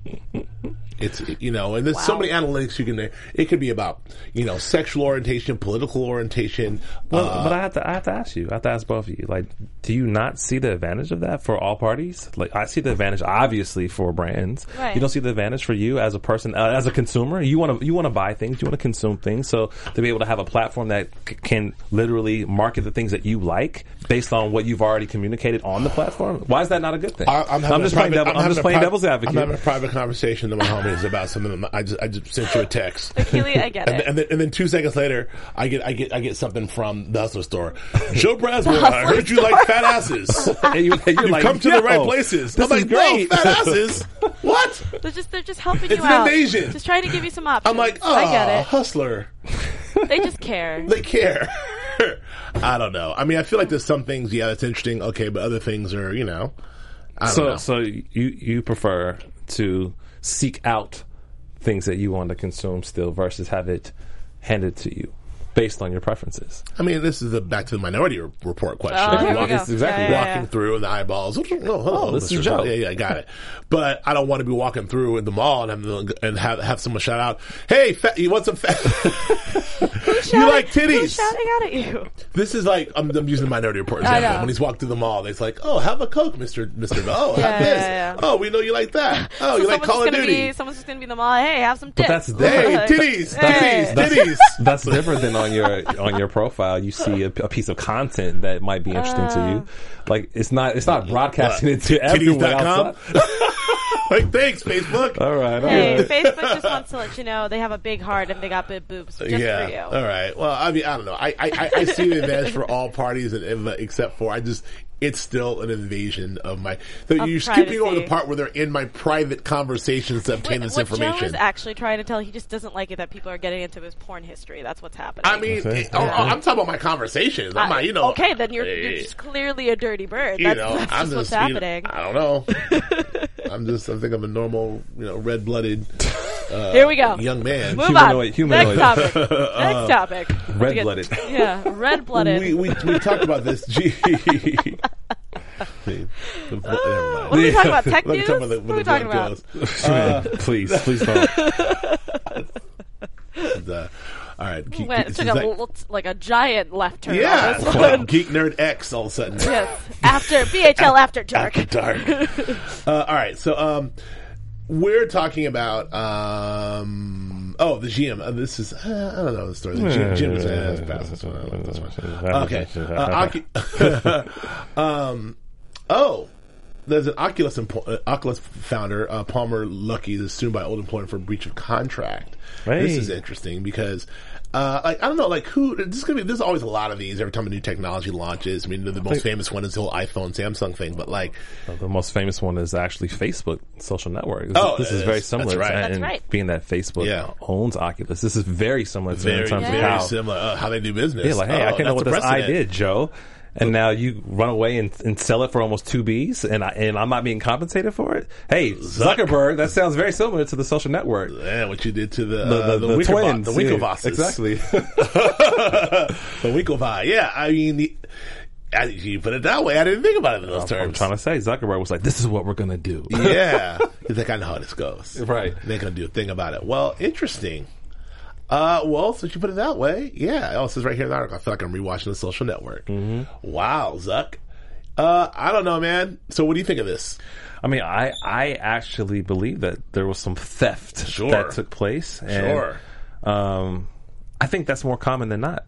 Speaker 3: It's you know, and there's so
Speaker 5: Wow.
Speaker 3: many analytics you can. make. It could be about you know sexual orientation, political orientation.
Speaker 4: Well,
Speaker 3: uh,
Speaker 4: but I have to, I have to ask you. I have to ask both of you. Like, do you not see the advantage of that for all parties? Like, I see the advantage obviously for brands.
Speaker 5: Right.
Speaker 4: You don't see the advantage for you as a person, uh, as a consumer. You want to, you want to buy things, you want to consume things. So to be able to have a platform that c- can literally market the things that you like based on what you've already communicated on the platform, why is that not a good thing?
Speaker 3: I, I'm, having
Speaker 4: just
Speaker 3: a
Speaker 4: playing,
Speaker 3: private-
Speaker 4: devil, I'm,
Speaker 3: having
Speaker 4: just
Speaker 3: a
Speaker 4: playing
Speaker 3: pri-
Speaker 4: devil's advocate.
Speaker 3: I'm having a private conversation to my homies about something. that I just, I just sent you a text.
Speaker 5: Keely, I get
Speaker 3: And,
Speaker 5: it.
Speaker 3: and, then, and then two seconds later, I get I get I get something from the hustler store. Joe Braswell, I heard you like fat asses.
Speaker 4: And you, are
Speaker 3: You've
Speaker 4: like,
Speaker 3: come to the right
Speaker 4: "Yo,
Speaker 3: places.
Speaker 4: This
Speaker 3: I'm like,
Speaker 4: is great.
Speaker 3: no, fat asses. What?
Speaker 5: They're just they're just helping
Speaker 3: It's
Speaker 5: you
Speaker 3: an
Speaker 5: out.
Speaker 3: invasion.
Speaker 5: Just trying to give you some options.
Speaker 3: I'm like, "Ah." oh,
Speaker 5: I get
Speaker 3: hustler.
Speaker 5: it. They just care.
Speaker 3: They care. I don't know. I mean, I feel like there's some things. Yeah, that's interesting. Okay, but other things are you know. I don't
Speaker 4: so
Speaker 3: know.
Speaker 4: so you you prefer to seek out things that you want to consume still versus have it handed to you based on your preferences.
Speaker 3: I mean, this is the back to the minority re- report question.
Speaker 5: Oh, here we
Speaker 3: walking,
Speaker 5: go.
Speaker 4: It's exactly
Speaker 5: Yeah, yeah, yeah.
Speaker 3: walking through and the eyeballs. Oh, hello,
Speaker 4: Oh, this is
Speaker 3: Mr.
Speaker 4: Joe.
Speaker 3: Yeah, yeah, I got it. But I don't want to be walking through in the mall and have them- and have, have someone shout out, "Hey, fat, you want some fat? you
Speaker 5: Shouting-
Speaker 3: like
Speaker 5: Who's
Speaker 3: titties?"
Speaker 5: shouting out at you?
Speaker 3: This is like I'm, I'm using the minority report
Speaker 5: I
Speaker 3: example.
Speaker 5: know.
Speaker 3: When he's walked through the mall, it's like, "Oh, have a coke, Mister Mister. Oh,
Speaker 5: Yeah,
Speaker 3: have this.
Speaker 5: yeah, yeah.
Speaker 3: Oh, we know you like that. Oh,
Speaker 5: so
Speaker 3: you like
Speaker 5: someone's
Speaker 3: Call
Speaker 5: just
Speaker 3: of
Speaker 5: gonna
Speaker 3: Duty."
Speaker 5: Be, someone's just gonna be in the mall. Hey, have some dick.
Speaker 4: that's
Speaker 3: Hey,
Speaker 5: Like,
Speaker 3: titties,
Speaker 5: Hey.
Speaker 3: titties, titties.
Speaker 4: That's different than on your on your profile. You see a, a piece of content that might be interesting to
Speaker 3: Uh.
Speaker 4: you. Like it's not it's not broadcasting it to everyone
Speaker 3: Titties.com.
Speaker 4: outside.
Speaker 3: like, thanks, Facebook.
Speaker 4: All right, all
Speaker 5: Hey,
Speaker 4: right.
Speaker 5: Facebook just wants to let you know they have a big heart and they got big boobs just
Speaker 3: yeah.
Speaker 5: for you.
Speaker 3: All right. Well, I mean, I don't know. I I, I, I see the advantage for all parties, and, and except for I just. It's still an invasion of my. So
Speaker 5: Of
Speaker 3: you're skipping over the
Speaker 5: privacy.
Speaker 3: part where they're in my private conversations to obtain
Speaker 5: What-
Speaker 3: this
Speaker 5: what Joe
Speaker 3: information.
Speaker 5: is actually trying to tell, he just doesn't like it that people are getting into his porn history. That's what's happening.
Speaker 3: I mean, it- oh, oh, I'm talking about my conversations. I'm not, you know.
Speaker 5: Uh, okay, then you're, you're
Speaker 3: eh,
Speaker 5: just clearly a dirty bird.
Speaker 3: you
Speaker 5: That's,
Speaker 3: know,
Speaker 5: that's
Speaker 3: I'm
Speaker 5: just what's
Speaker 3: you know,
Speaker 5: happening.
Speaker 3: I don't know. I'm just. I think I'm a normal, you know, red blooded uh,
Speaker 5: Here we go.
Speaker 3: young man.
Speaker 5: Move
Speaker 4: Humanoid-
Speaker 5: on.
Speaker 4: humanoid.
Speaker 5: Next topic. Next topic.
Speaker 4: Red blooded.
Speaker 5: Yeah, red blooded.
Speaker 3: Uh, We, we we talked about this. Gee. Never mind.
Speaker 5: what are we talking about? Tech
Speaker 3: Let me
Speaker 5: news?
Speaker 3: talk about the-
Speaker 5: what are
Speaker 3: the
Speaker 5: we talking
Speaker 3: blood
Speaker 5: about?
Speaker 3: goes.
Speaker 4: Uh, please, please don't.
Speaker 3: And, uh, all right. Geek,
Speaker 5: Went,
Speaker 3: it's
Speaker 5: took a,
Speaker 3: just like-
Speaker 5: little- like a giant left turn. on
Speaker 3: yeah.
Speaker 5: this
Speaker 3: it's
Speaker 5: one.
Speaker 3: like Geek Nerd X all of a sudden.
Speaker 5: Yes. After BHL After Dark.
Speaker 3: After dark. uh, all right. So um, we're talking about um, oh the GM. Uh, this is uh, I don't know the story. The GM, GM is uh, let's pass this one. I like this one. Okay. Uh, Ocu- um, oh. There's an Oculus empo- uh, Oculus founder uh, Palmer Lucky is sued by old employer for breach of contract. This
Speaker 4: Hey.
Speaker 3: is interesting because, uh, like, I don't know, like who this is gonna be. There's always a lot of these every time a new technology launches. I mean, the, the most famous one is the whole iPhone Samsung thing, but like,
Speaker 4: The most famous one is actually Facebook social network. This,
Speaker 3: Oh,
Speaker 4: this
Speaker 3: that's-
Speaker 4: is very
Speaker 3: that's
Speaker 4: similar.
Speaker 3: right.
Speaker 4: to-
Speaker 3: That's
Speaker 4: and
Speaker 5: right.
Speaker 4: being that Facebook
Speaker 3: Yeah.
Speaker 4: owns Oculus, this is very similar to in
Speaker 3: very,
Speaker 4: terms
Speaker 3: very
Speaker 4: of how
Speaker 3: similar. Uh, how they do business.
Speaker 4: yeah, like hey,
Speaker 3: Oh,
Speaker 4: I can know
Speaker 3: that's
Speaker 4: what
Speaker 3: the
Speaker 4: this I
Speaker 3: precedent.
Speaker 4: did, Joe, and now you run away and, and sell it for almost two B's, and I, and I'm not being compensated for it. Hey,
Speaker 3: Zuck.
Speaker 4: Zuckerberg, that sounds very similar to the social network.
Speaker 3: Yeah, what you did to the
Speaker 4: The,
Speaker 3: uh,
Speaker 4: the,
Speaker 3: the,
Speaker 4: the
Speaker 3: Winklevo-
Speaker 4: twins,
Speaker 3: the
Speaker 4: yeah,
Speaker 3: Winklevosses.
Speaker 4: exactly.
Speaker 3: the Winklevi. Yeah, I mean, the, I, you put it that way. I didn't think about it in those terms.
Speaker 4: I'm trying to say Zuckerberg was like, "This is what we're gonna do."
Speaker 3: yeah. He's like, I know how this goes.
Speaker 4: Right.
Speaker 3: They're going to do a thing about it. Well, interesting. Uh, well, since you put it that way, yeah. Oh, it says right here in the article. I feel like I'm rewatching the social network.
Speaker 4: Mm-hmm.
Speaker 3: Wow, Zuck. Uh, I don't know, man. So what do you think of this?
Speaker 4: I mean, I I actually believe that there was some theft
Speaker 3: Sure.
Speaker 4: that took place. And,
Speaker 3: Sure.
Speaker 4: Um, I think that's more common than not.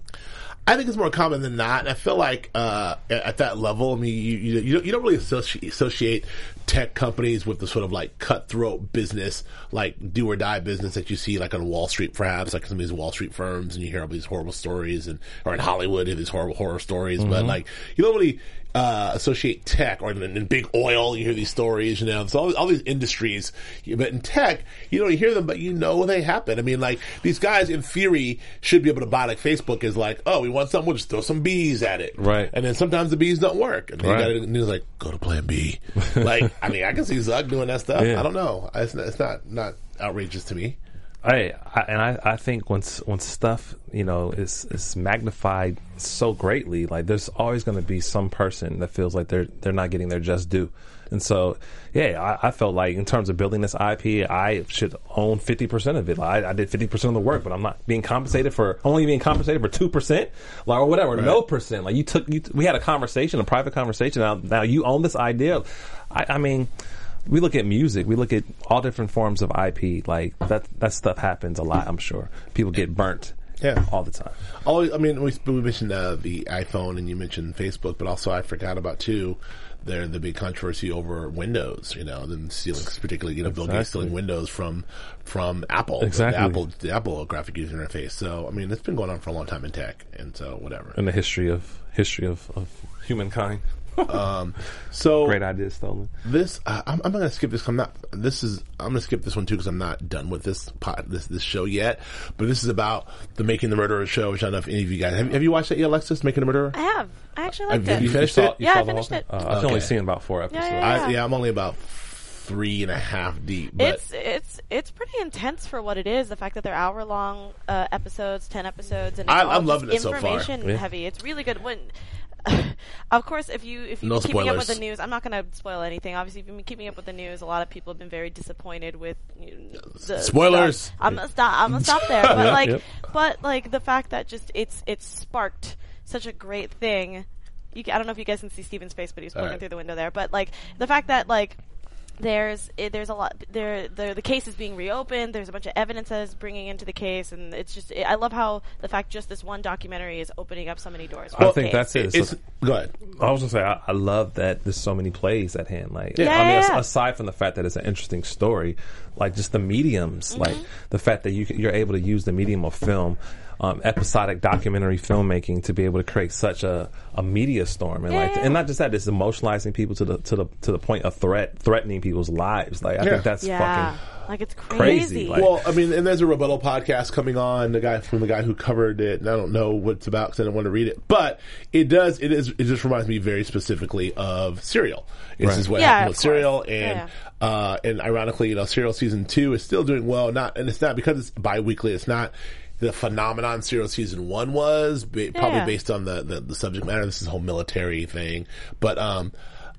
Speaker 3: I think it's more common than not. And I feel like uh, at at that level, I mean, you you, you, don't, you don't really associ- associate tech companies with the sort of like cutthroat business, like do or die business that you see like on Wall Street, perhaps like some of these Wall Street firms, and you hear all these horrible stories, and or in Hollywood, you have these horrible horror stories. But like, you don't really uh, associate tech or in, in big oil. You hear these stories, you know, so all, all these industries. But in tech, you don't hear them, but you know they happen. I mean, like these guys, in theory, should be able to buy. Like Facebook is like, oh, we want something, we'll just throw some bees at it,
Speaker 4: Right.
Speaker 3: And then sometimes the bees don't work, and then
Speaker 4: Right.
Speaker 3: you gotta, and he's like, go to Plan B. like, I mean, I can see Zuck doing that stuff.
Speaker 4: Yeah.
Speaker 3: I don't know. It's not, it's not not outrageous to me.
Speaker 4: I, I and I, I think once once stuff you know is is magnified so greatly, like there's always going to be some person that feels like they're they're not getting their just due, and so yeah, I, I felt like in terms of building this IP, I should own fifty percent of it. Like I, I did fifty percent of the work, but I'm not being compensated for only being compensated for two percent, like or whatever, no percent. Like you took you, we had a conversation, a private conversation. Now now you own this idea. I, I mean we look at music, we look at all different forms of IP. Like that, that stuff happens a lot. I'm sure people get burnt,
Speaker 3: Yeah.
Speaker 4: all the time.
Speaker 3: Always, I mean, we, we mentioned uh, the iPhone and you mentioned Facebook, but also I forgot about too. There, the big controversy over Windows, you know, them stealing, particularly you know, Bill Gates
Speaker 4: Exactly.
Speaker 3: stealing Windows from from Apple,
Speaker 4: Exactly.
Speaker 3: the Apple, the Apple graphic user interface. So, I mean, it's been going on for a long time in tech, and so whatever.
Speaker 4: In the history of history of, of humankind,
Speaker 3: um, so
Speaker 4: Great idea stolen.
Speaker 3: this I I'm, I'm gonna skip this. I'm not. This is I'm gonna skip this one too because I'm not done with this pot this this show yet. But this is about the Making the Murderer show, which I don't know if any of you guys have, have you watched that yet, Alexis? Making the Murderer.
Speaker 5: I have. I actually
Speaker 3: Have
Speaker 5: liked
Speaker 3: you
Speaker 5: it.
Speaker 3: finished it?
Speaker 5: Yeah, I
Speaker 4: the whole
Speaker 5: finished
Speaker 4: thing?
Speaker 5: it.
Speaker 4: Uh, I've only
Speaker 3: Okay.
Speaker 4: seen about four episodes.
Speaker 5: yeah,
Speaker 3: I, yeah, I'm only about three and a half deep. But
Speaker 5: It's it's it's pretty intense for what it is. The fact that they're hour long uh, episodes, ten episodes, and it's
Speaker 3: I-
Speaker 5: all
Speaker 3: I'm
Speaker 5: just
Speaker 3: loving it so far.
Speaker 5: information
Speaker 4: Yeah.
Speaker 5: heavy. It's really good. When, of course, if you if you've
Speaker 3: No
Speaker 5: been keeping up with
Speaker 3: spoilers.
Speaker 5: the news, I'm not going to spoil anything. Obviously, if you've been keeping up with the news, a lot of people have been very disappointed with you know, the
Speaker 3: Spoilers.
Speaker 5: stuff. I'm gonna stop. I'm gonna stop there. But
Speaker 4: Yep,
Speaker 5: like,
Speaker 4: yep.
Speaker 5: but like the fact that just it's it's sparked such a great thing. You, ca- I don't know if you guys can see Steven's face, but he's poking
Speaker 3: right.
Speaker 5: through the window there. But like the fact that like there's eh, there's a lot there the the case is being reopened there's a bunch of evidence that is bringing into the case and it's just i love how the fact just this one documentary is opening up so many doors for
Speaker 4: I
Speaker 5: the
Speaker 4: think
Speaker 5: case.
Speaker 4: that's it.
Speaker 3: it's
Speaker 4: So-
Speaker 3: go ahead.
Speaker 4: I was gonna say I, I love that there's so many plays at hand. Like,
Speaker 5: Yeah.
Speaker 4: I mean, as-
Speaker 5: Yeah.
Speaker 4: aside from the fact that it's an interesting story, like just the mediums, like
Speaker 5: Mm-hmm.
Speaker 4: the fact that you can, you're able to use the medium of film, um, episodic documentary filmmaking to be able to create such a, a media storm, and like,
Speaker 5: Yeah.
Speaker 4: and not just that, it's emotionalizing people to the to the to the point of threat threatening people's lives. Like, I
Speaker 3: Yeah.
Speaker 4: think that's
Speaker 5: yeah
Speaker 4: fucking.
Speaker 5: like it's crazy,
Speaker 4: crazy, like-
Speaker 3: Well, I mean, and there's a rebuttal podcast coming on. The guy from the guy who covered it, and I don't know what it's about because I don't want to read it. But it does. It is. It just reminds me very specifically of Serial. This
Speaker 4: Right.
Speaker 3: is what
Speaker 5: Yeah,
Speaker 3: happened
Speaker 5: of
Speaker 3: with Serial,
Speaker 5: course.
Speaker 3: and
Speaker 5: Yeah.
Speaker 3: uh, and ironically, you know, Serial season two is still doing well. Not and it's not because it's biweekly. It's not. The phenomenon Serial season one was ba- probably
Speaker 5: Yeah.
Speaker 3: based on the, the, the subject matter. This is a whole military thing, but um,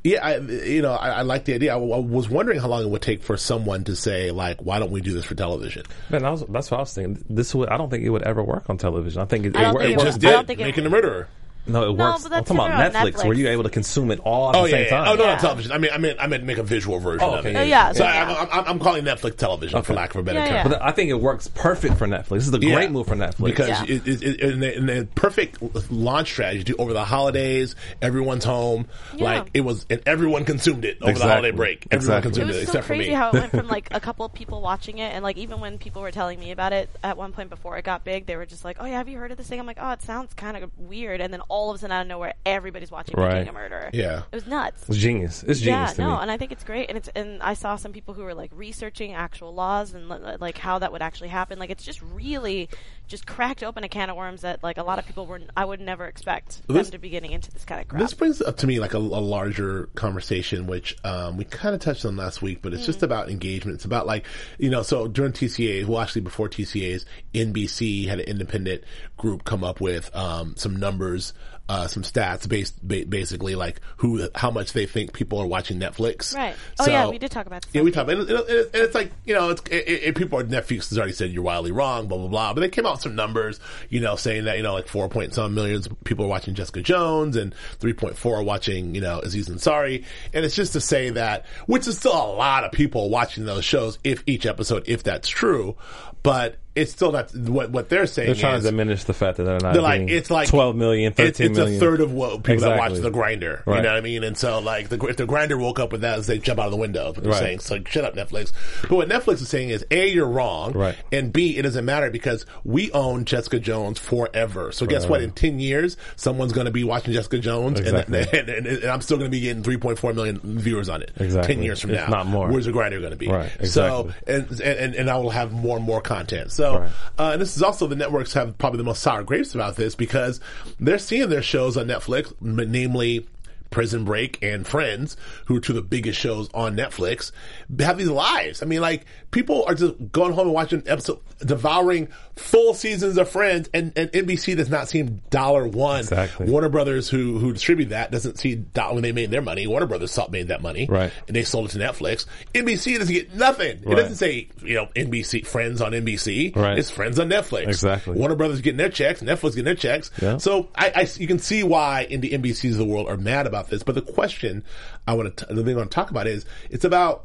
Speaker 3: yeah, I, you know, I, I like the idea. I, w- I was wondering how long it would take for someone to say, like, why don't we do this for television?
Speaker 4: Man, I was, that's what I was thinking. This would I don't think it would ever work on television. I think it,
Speaker 5: I don't
Speaker 4: wor-
Speaker 5: think it
Speaker 4: works
Speaker 5: would.
Speaker 3: Just
Speaker 5: I
Speaker 3: did
Speaker 5: don't think it-
Speaker 3: making a murderer.
Speaker 4: No, it
Speaker 5: No,
Speaker 4: works. I'm
Speaker 5: but that's
Speaker 4: talking about
Speaker 5: different on
Speaker 4: Netflix, where
Speaker 5: Netflix.
Speaker 4: you're able to consume it all at
Speaker 3: Oh
Speaker 4: the
Speaker 3: yeah,
Speaker 4: same
Speaker 3: yeah.
Speaker 4: time.
Speaker 3: oh no,
Speaker 5: Yeah.
Speaker 3: not television. I mean, I meant, I meant make a visual version.
Speaker 4: Oh,
Speaker 3: of
Speaker 4: okay,
Speaker 3: it.
Speaker 4: yeah,
Speaker 5: yeah.
Speaker 3: So
Speaker 5: Yeah.
Speaker 3: I, I'm, I'm, I'm calling Netflix television for
Speaker 4: Okay.
Speaker 3: lack of a better
Speaker 5: Yeah,
Speaker 3: term.
Speaker 5: yeah.
Speaker 4: But I think it works perfect for Netflix. This is a
Speaker 3: Yeah.
Speaker 4: great move for Netflix
Speaker 3: Because
Speaker 5: Yeah.
Speaker 3: it, it, it, and, the, and the perfect launch strategy over the holidays, everyone's home.
Speaker 5: Yeah.
Speaker 3: Like it was, and everyone consumed it over
Speaker 4: Exactly.
Speaker 3: the holiday break. Everyone
Speaker 4: Exactly.
Speaker 5: it
Speaker 3: consumed
Speaker 5: was
Speaker 3: it,
Speaker 5: so
Speaker 3: except
Speaker 5: crazy
Speaker 3: for me.
Speaker 5: how it went from like a couple people watching it, and like even when people were telling me about it at one point before it got big, they were just like, "Oh yeah, have you heard of this thing?" I'm like, "Oh, it sounds kind of weird," and then all of a sudden out of nowhere, everybody's watching
Speaker 4: Right.
Speaker 5: Making a Murderer.
Speaker 3: Yeah.
Speaker 5: it was nuts.
Speaker 4: it's genius. It's genius
Speaker 5: yeah,
Speaker 4: to
Speaker 5: no,
Speaker 4: me.
Speaker 5: and I think it's great, and it's and I saw some people who were like researching actual laws and li- li- like how that would actually happen. Like it's just really just cracked open a can of worms that like a lot of people were I would never expect
Speaker 3: This-
Speaker 5: them to be getting into this kind of crap.
Speaker 3: This brings up to me like a, a larger conversation, which um, we kind of touched on last week, but it's
Speaker 5: Mm.
Speaker 3: just about engagement. It's about like you know, so during TCAs, well, actually before TCAs, NBC had an independent group come up with um, some numbers, uh, some stats based ba- basically like who, how much they think people are watching Netflix.
Speaker 5: Right. Oh, yeah, we did talk about this
Speaker 3: Yeah, we talked. And, it- and, it- and it's like you know, it's it, it, it- people are Netflix has already said you're wildly wrong, blah blah blah. But they came out with some numbers, you know, saying that you know like four point some millions people are watching Jessica Jones and three point four are watching you know Aziz Ansari, and it's just to say that which is still a lot of people watching those shows if each episode if that's true, but it's still not what what they're saying.
Speaker 4: They're trying
Speaker 3: is,
Speaker 4: to diminish the fact that they're not.
Speaker 3: they're like
Speaker 4: getting
Speaker 3: it's like
Speaker 4: 12 million,
Speaker 3: it's-
Speaker 4: 13
Speaker 3: it's,
Speaker 4: million.
Speaker 3: a third of what people that watch
Speaker 4: Exactly.
Speaker 3: the grinder. You
Speaker 4: Right.
Speaker 3: know what I mean? And so like the, if the grinder woke up with that, they jump out of the window. Is what they're
Speaker 4: Right.
Speaker 3: saying so like, shut up, Netflix. But what Netflix is saying is a you're wrong,
Speaker 4: Right.
Speaker 3: And b it doesn't matter because we own Jessica Jones forever. So guess what? In ten years, someone's going to be watching Jessica Jones, and-
Speaker 4: Exactly.
Speaker 3: and, and, and I'm still going to be getting 3.4 million viewers on it.
Speaker 4: Exactly.
Speaker 3: Ten years from
Speaker 4: If
Speaker 3: now,
Speaker 4: not more.
Speaker 3: Where's the grinder going to be?
Speaker 4: Right,
Speaker 3: So
Speaker 4: exactly.
Speaker 3: and, and and I will have more and more content. So,
Speaker 4: Right.
Speaker 3: uh, and this is also the networks have probably the most sour grapes about this because they're seeing their shows on Netflix, m- namely Prison Break and Friends, who are two of the biggest shows on Netflix, have these lives. I mean, like people are just going home and watching episode, devouring full seasons of Friends, and, and NBC does not seem dollar one.
Speaker 4: Exactly.
Speaker 3: Warner Brothers, who who distribute that, doesn't see dol- when they made their money. Warner Brothers saw- made that money,
Speaker 4: Right.
Speaker 3: And they sold it to Netflix. NBC doesn't get nothing. It
Speaker 4: Right.
Speaker 3: doesn't say you know NBC Friends on NBC.
Speaker 4: Right.
Speaker 3: It's Friends on Netflix.
Speaker 4: Exactly.
Speaker 3: Warner Brothers getting their checks. Netflix getting their checks.
Speaker 4: Yeah.
Speaker 3: So I, I- you can see why in the NBCs of the world are mad about this. But the question I want to the thing I want to talk about is it's about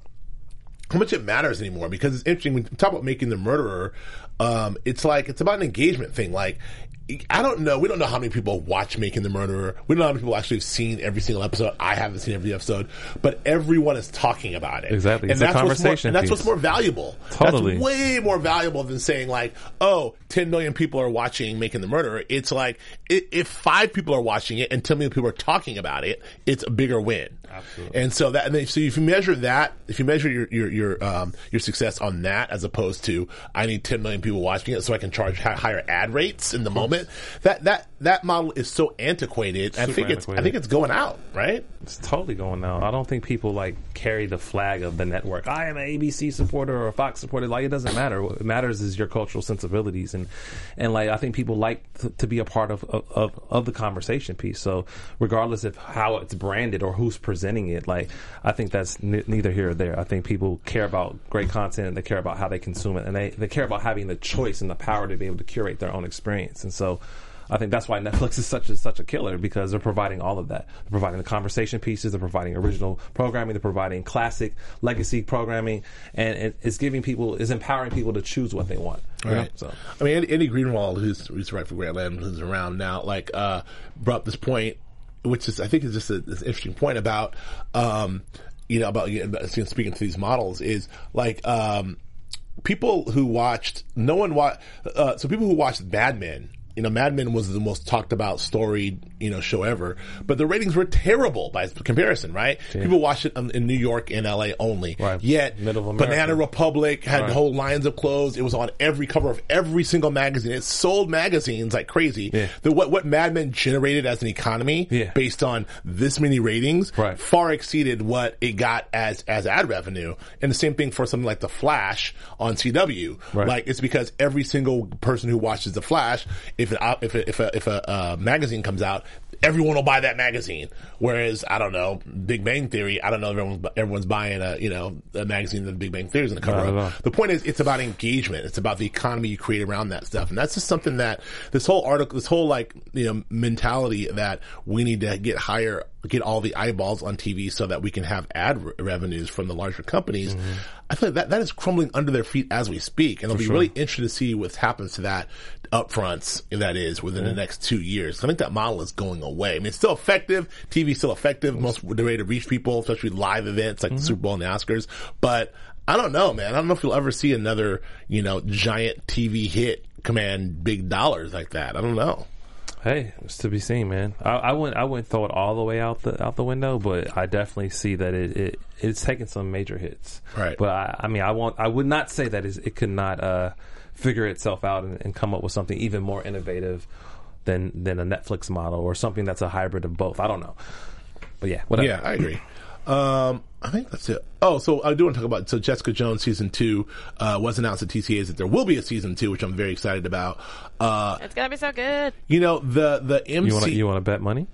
Speaker 3: how much it matters anymore because it's interesting when you talk about making the murderer um, it's like it's about an engagement thing like I don't know. We don't know how many people watch Making the Murderer. We don't know how many people actually have seen every single episode. I haven't seen every episode, but everyone is talking about it.
Speaker 4: Exactly. It's a
Speaker 3: What's more,
Speaker 4: conversation
Speaker 3: and that's
Speaker 4: piece.
Speaker 3: what's more valuable.
Speaker 4: Totally.
Speaker 3: That's way more valuable than saying like, oh, 10 million people are watching Making the Murderer. It's like, i- if five people are watching it and 10 million people are talking about it, it's a bigger win. Absolutely. And so that, and then, so if you measure that, if you measure your, your, your, um, your success on that as opposed to, I need 10 million people watching it so I can charge hi- higher ad rates in the moment, that, that, that model is so antiquated. I
Speaker 4: Super
Speaker 3: think it's, I
Speaker 4: antiquated.
Speaker 3: think it's going out, right?
Speaker 4: It's totally going now. I don't think people like carry the flag of the network. I am an ABC supporter or a Fox supporter. Like it doesn't matter. What matters is your cultural sensibilities and and like I think people like to, to be a part of, of- of of the conversation piece. So regardless of how it's branded or who's presenting it, like I think that's n- neither here or there. I think people care about great content and they care about how they consume it and they they care about having the choice and the power to be able to curate their own experience. And so. I think that's why Netflix is such a, such a killer because they're providing all of that. They're providing the conversation pieces, they're providing original programming, they're providing classic legacy programming, and it, it's giving people, it's empowering people to choose what they want. you know?
Speaker 3: Right.
Speaker 4: So
Speaker 3: I mean, Andy, Andy Greenwald, who's who's right for Grantland, who's around now, like uh, brought up this point, which is I think is just a, is an interesting point about, um, you know, about, you know, about speaking to these models is like. Um, People who watched, no one watched, uh, so people who watched Mad Men, you know, Mad Men was the most talked about storied, you know, show ever, but the ratings were terrible by comparison, right? People watched it um, in New York and LA only.
Speaker 4: Right.
Speaker 3: Yet,
Speaker 4: Middle of
Speaker 3: Banana
Speaker 4: America.
Speaker 3: Republic had
Speaker 4: Right.
Speaker 3: whole lines of clothes. It was on every cover of every single magazine. It sold magazines like crazy.
Speaker 4: Yeah.
Speaker 3: The, what what Mad Men generated as an economy,
Speaker 4: Yeah.
Speaker 3: based on this many ratings,
Speaker 4: Right.
Speaker 3: far exceeded what it got as as ad revenue. And the same thing for something like The Flash on CW.
Speaker 4: Right.
Speaker 3: Like it's because every single person who watches The Flash, if an op- if a, if a, if a uh, magazine comes out. Everyone will buy that magazine. Whereas I don't know Big Bang Theory. I don't know if everyone's bu- everyone's buying a you know a magazine that Big Bang Theory is in the cover
Speaker 4: Not at
Speaker 3: of.
Speaker 4: all.
Speaker 3: The point is, it's about engagement. It's about the economy you create around that stuff, and that's just something that this whole article, this whole like you know mentality that we need to get higher, get all the eyeballs on TV so that we can have ad re- revenues from the larger companies. I feel like that that is crumbling under their feet as we speak, and it'll be really interesting to see what happens to that upfronts that is within the next two years. I think that model is going away. I mean, it's still effective. TV is still effective. Most the way to reach people, especially live events like the Super Bowl and the Oscars, but I don't know, man. I don't know if you'll ever see another, you know, giant TV hit command big dollars like that. I don't know.
Speaker 4: hey, it's to be seen, man. I, I wouldn't I wouldn't throw it all the way out the out the window, but I definitely see that it, it it's taken some major hits.
Speaker 3: Right.
Speaker 4: But I, I mean, I won't. I would not say that it's- it could not uh, figure itself out and, and come up with something even more innovative than than a Netflix model or something that's a hybrid of both. I don't know. But yeah, whatever.
Speaker 3: Yeah, I agree. Um, I think that's it. Oh, so I do want to talk about so Jessica Jones season two uh, was announced at TCAs that there will be a season two, which I'm very excited about. Uh,
Speaker 5: It's gonna be so good.
Speaker 3: you know the the MC
Speaker 4: You want to you want to bet money?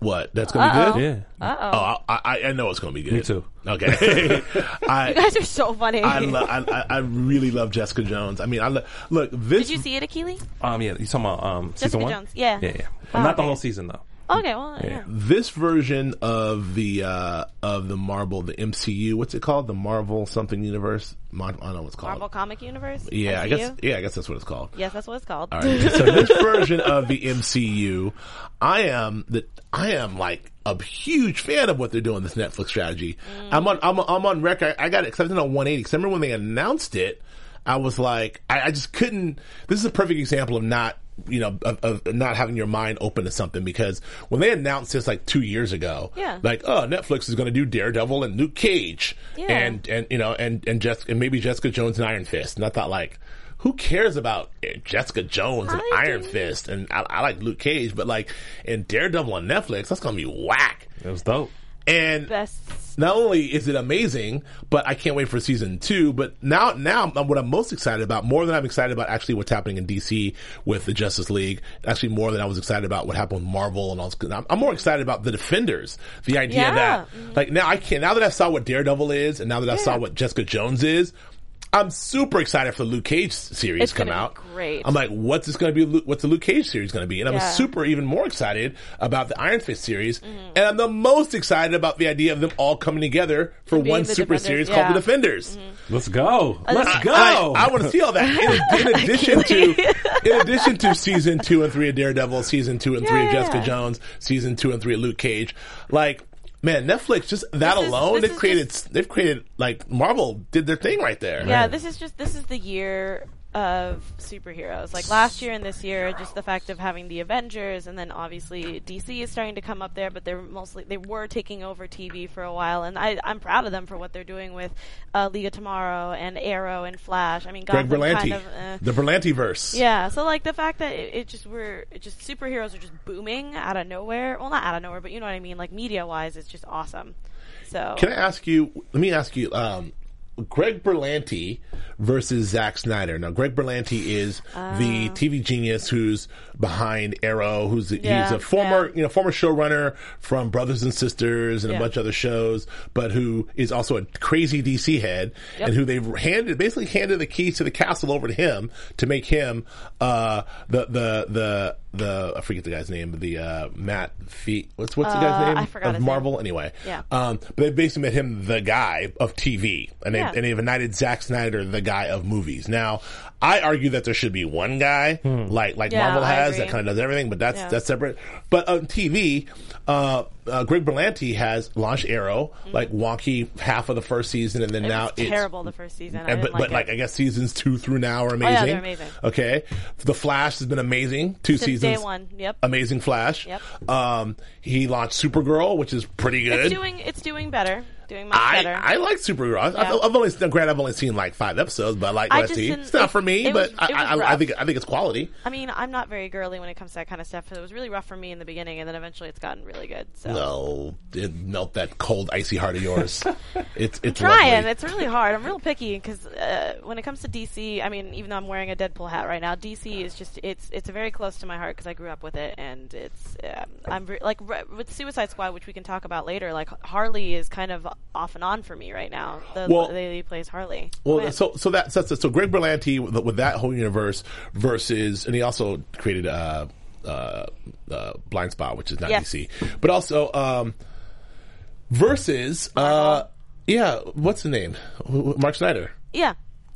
Speaker 3: what that's gonna be good.
Speaker 4: Yeah.
Speaker 5: Uh oh.
Speaker 3: Oh, I, I, I know it's gonna be good.
Speaker 4: Me too.
Speaker 3: Okay,
Speaker 5: You
Speaker 3: I
Speaker 5: guys are so funny.
Speaker 3: I, lo- I I I really love Jessica Jones. I mean, I lo- look this.
Speaker 5: Did you see it, Akili?
Speaker 4: Um. Yeah. You talking about um
Speaker 5: Jessica
Speaker 4: season one?
Speaker 5: Jones, yeah.
Speaker 4: Yeah. Yeah.
Speaker 5: Oh,
Speaker 4: not the
Speaker 5: okay.
Speaker 4: whole season though.
Speaker 5: Okay, well, yeah.
Speaker 3: this version of the uh, of the Marvel, the MCU, what's it called? The Marvel something universe? Mon- I don't know what's called.
Speaker 5: Marvel Comic Universe.
Speaker 3: yeah, I
Speaker 5: MCU?
Speaker 3: guess. Yeah, I guess that's what it's called.
Speaker 5: Yes, that's what it's called.
Speaker 3: All right. so this version of the MCU, I am that I am like a huge fan of what they're doing this Netflix strategy. I'm on I'm, I'm on record. I got accepted on 180 because I remember when they announced it, I was like I, I just couldn't. This is a perfect example of not you know of, of not having your mind open to something because when they announced this like two years ago,
Speaker 5: Yeah.
Speaker 3: like oh Netflix is going to do Daredevil and Luke Cage
Speaker 5: Yeah.
Speaker 3: and and you know, and and Jess and maybe Jessica Jones and Iron Fist. And I thought like, who cares about eh, Jessica Jones and
Speaker 5: I
Speaker 3: Iron
Speaker 5: do.
Speaker 3: Fist? And I, I like Luke Cage, but like, and Daredevil on Netflix, that's gonna be whack.
Speaker 4: It was dope.
Speaker 3: And
Speaker 5: Best
Speaker 3: not only is it amazing, but I can't wait for season two. But now, now I'm- what I'm most excited about, more than I'm excited about actually what's happening in DC with the Justice League, actually more than I was excited about what happened with Marvel and all. this- 'cause I'm, I'm more excited about the Defenders. The idea
Speaker 5: Yeah.
Speaker 3: that, like, now I can not now that I saw what Daredevil is, and now that I saw
Speaker 5: Yeah.
Speaker 3: what Jessica Jones is. I'm super excited for the Luke Cage series
Speaker 5: It's
Speaker 3: to come
Speaker 5: gonna be
Speaker 3: out.
Speaker 5: great.
Speaker 3: I'm like, what's this going to be? Lu- What's the Luke Cage series going to be? And I'm
Speaker 5: Yeah.
Speaker 3: super even more excited about the Iron Fist series, and I'm the most excited about the idea of them all coming together for
Speaker 5: And being
Speaker 3: one
Speaker 5: the
Speaker 3: super
Speaker 5: Defenders,
Speaker 3: series
Speaker 5: yeah. Mm-hmm.
Speaker 3: called the Defenders.
Speaker 4: Let's go.
Speaker 5: Uh,
Speaker 4: Let's
Speaker 3: I-
Speaker 4: go.
Speaker 3: I, want to see all that. In, in addition to, in addition to season two and three of Daredevil, season two and three of
Speaker 5: Yeah, yeah,
Speaker 3: Jessica
Speaker 5: yeah.
Speaker 3: Jones, season two and three of Luke Cage, like. Man, Netflix just that
Speaker 5: This is-
Speaker 3: alone,
Speaker 5: this
Speaker 3: they've
Speaker 5: is
Speaker 3: created they've created like Marvel did their thing right there.
Speaker 5: Yeah, this is just this is the year of superheroes. Like last year and this year, just the fact of having the Avengers, and then obviously DC is starting to come up there. But they're mostly they were taking over TV for a while, and I, I'm proud of them for what they're doing with uh, League of Tomorrow and Arrow and Flash. I mean,
Speaker 3: Greg
Speaker 5: Gotham
Speaker 3: Berlanti,
Speaker 5: kind of. Uh,
Speaker 3: the Berlanti verse.
Speaker 5: yeah, so like the fact that it, it just we're it just superheroes are just booming out of nowhere. Well, not out of nowhere, but you know what I mean. Like media wise, it's just awesome. So
Speaker 3: Can I ask you? Let me ask you. Um, Greg Berlanti versus Zack Snyder. Now, Greg Berlanti is
Speaker 5: Oh.
Speaker 3: the TV genius who's behind Arrow. Who's he's
Speaker 5: Yeah,
Speaker 3: a former
Speaker 5: yeah.
Speaker 3: you know former showrunner from Brothers and Sisters and a
Speaker 5: Yeah.
Speaker 3: bunch of other shows, but who is also a crazy DC head and who they've handed basically handed the keys to the castle over to him to make him uh, the the the the I forget the guy's name, but the uh, Matt Fee. What's what's the
Speaker 5: Uh,
Speaker 3: guy's name
Speaker 5: I forgot
Speaker 3: of
Speaker 5: his name.
Speaker 3: Marvel? Anyway,
Speaker 5: Yeah.
Speaker 3: um, but they basically made him the guy of TV, and they
Speaker 5: Yeah.
Speaker 3: and they've knighted Zack Snyder the guy of movies. Now, I argue that there should be one guy like like
Speaker 5: Yeah,
Speaker 3: Marvel
Speaker 5: I
Speaker 3: has that
Speaker 5: agree.
Speaker 3: kind of does everything, but that's
Speaker 5: Yeah.
Speaker 3: that's separate. But on TV, uh, uh, Greg Berlanti has launched Arrow, like wonky half of the first season, and then
Speaker 5: Mm-hmm. it
Speaker 3: now
Speaker 5: was
Speaker 3: it's
Speaker 5: terrible the first season. I
Speaker 3: and, but
Speaker 5: didn't
Speaker 3: but
Speaker 5: it. Oh,
Speaker 3: like I guess seasons two through now are amazing.
Speaker 5: yeah, they're amazing.
Speaker 3: Okay, the Flash has been amazing. Two
Speaker 5: Since
Speaker 3: seasons.
Speaker 5: day one. Yep.
Speaker 3: Amazing Flash.
Speaker 5: Yep.
Speaker 3: Um, he launched Supergirl, which is pretty good.
Speaker 5: It's doing it's doing better. Doing much
Speaker 3: I,
Speaker 5: better.
Speaker 3: I like Supergirl. I,
Speaker 5: Yeah.
Speaker 3: I've- I've only now, granted I've only seen like five episodes, but I like
Speaker 5: I
Speaker 3: that
Speaker 5: just
Speaker 3: scene.
Speaker 5: didn't-
Speaker 3: It's not
Speaker 5: it-
Speaker 3: for me,
Speaker 5: it
Speaker 3: but
Speaker 5: was-
Speaker 3: I,
Speaker 5: it was
Speaker 3: I, I
Speaker 5: rough.
Speaker 3: think I think it's quality.
Speaker 5: I mean, I'm not very girly when it comes to that kind of stuff, so it was really rough for me in the beginning, and then eventually it's gotten really good. So
Speaker 3: No, it melt that cold icy heart of yours. it's it's
Speaker 5: Ryan,
Speaker 3: lovely.
Speaker 5: it's really hard. I'm real picky because uh, when it comes to DC, I mean, even though I'm wearing a Deadpool hat right now, DC is just it's it's very close to my heart because I grew up with it, and it's um, I'm re- like re- with Suicide Squad, which we can talk about later. Like Harley is kind of off and on for me right now. The
Speaker 3: Well-
Speaker 5: lady who plays Harley.
Speaker 3: Well,
Speaker 5: But-
Speaker 3: so so that so, so Greg Berlanti with, with that whole universe versus, and he also created uh, uh, uh, Blind Spot, which is not
Speaker 5: Yes.
Speaker 3: DC, but also um, versus uh, yeah, what's the name? Wh- wh- Mark Snyder.
Speaker 5: yeah,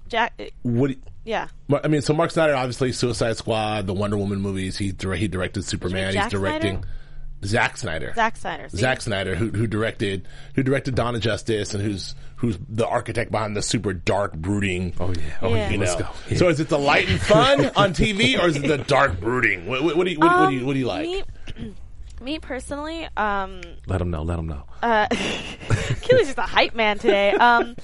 Speaker 5: Jack, uh,
Speaker 3: What?
Speaker 5: yeah.
Speaker 3: Mar- I mean, so Mark Snyder, obviously, Suicide Squad, the Wonder Woman movies. He dir- he directed Superman. He's
Speaker 5: Jack
Speaker 3: directing
Speaker 5: Snyder?
Speaker 3: Zack Snyder.
Speaker 5: Zack Snyder. see?
Speaker 3: Zack Snyder, who who directed who directed Dawn of Justice, and who's who's the architect behind the super dark, brooding.
Speaker 4: Oh yeah. Oh yeah.
Speaker 5: Yeah.
Speaker 3: you
Speaker 4: Let's
Speaker 3: know.
Speaker 4: go. Yeah.
Speaker 3: So is it the light and fun on TV, or is it the dark brooding? What, what, what do you what, what do you what do you like?
Speaker 5: Um, Me, me personally, um,
Speaker 4: let them know. Let them know.
Speaker 5: uh, Keely's just a hype man today. Um,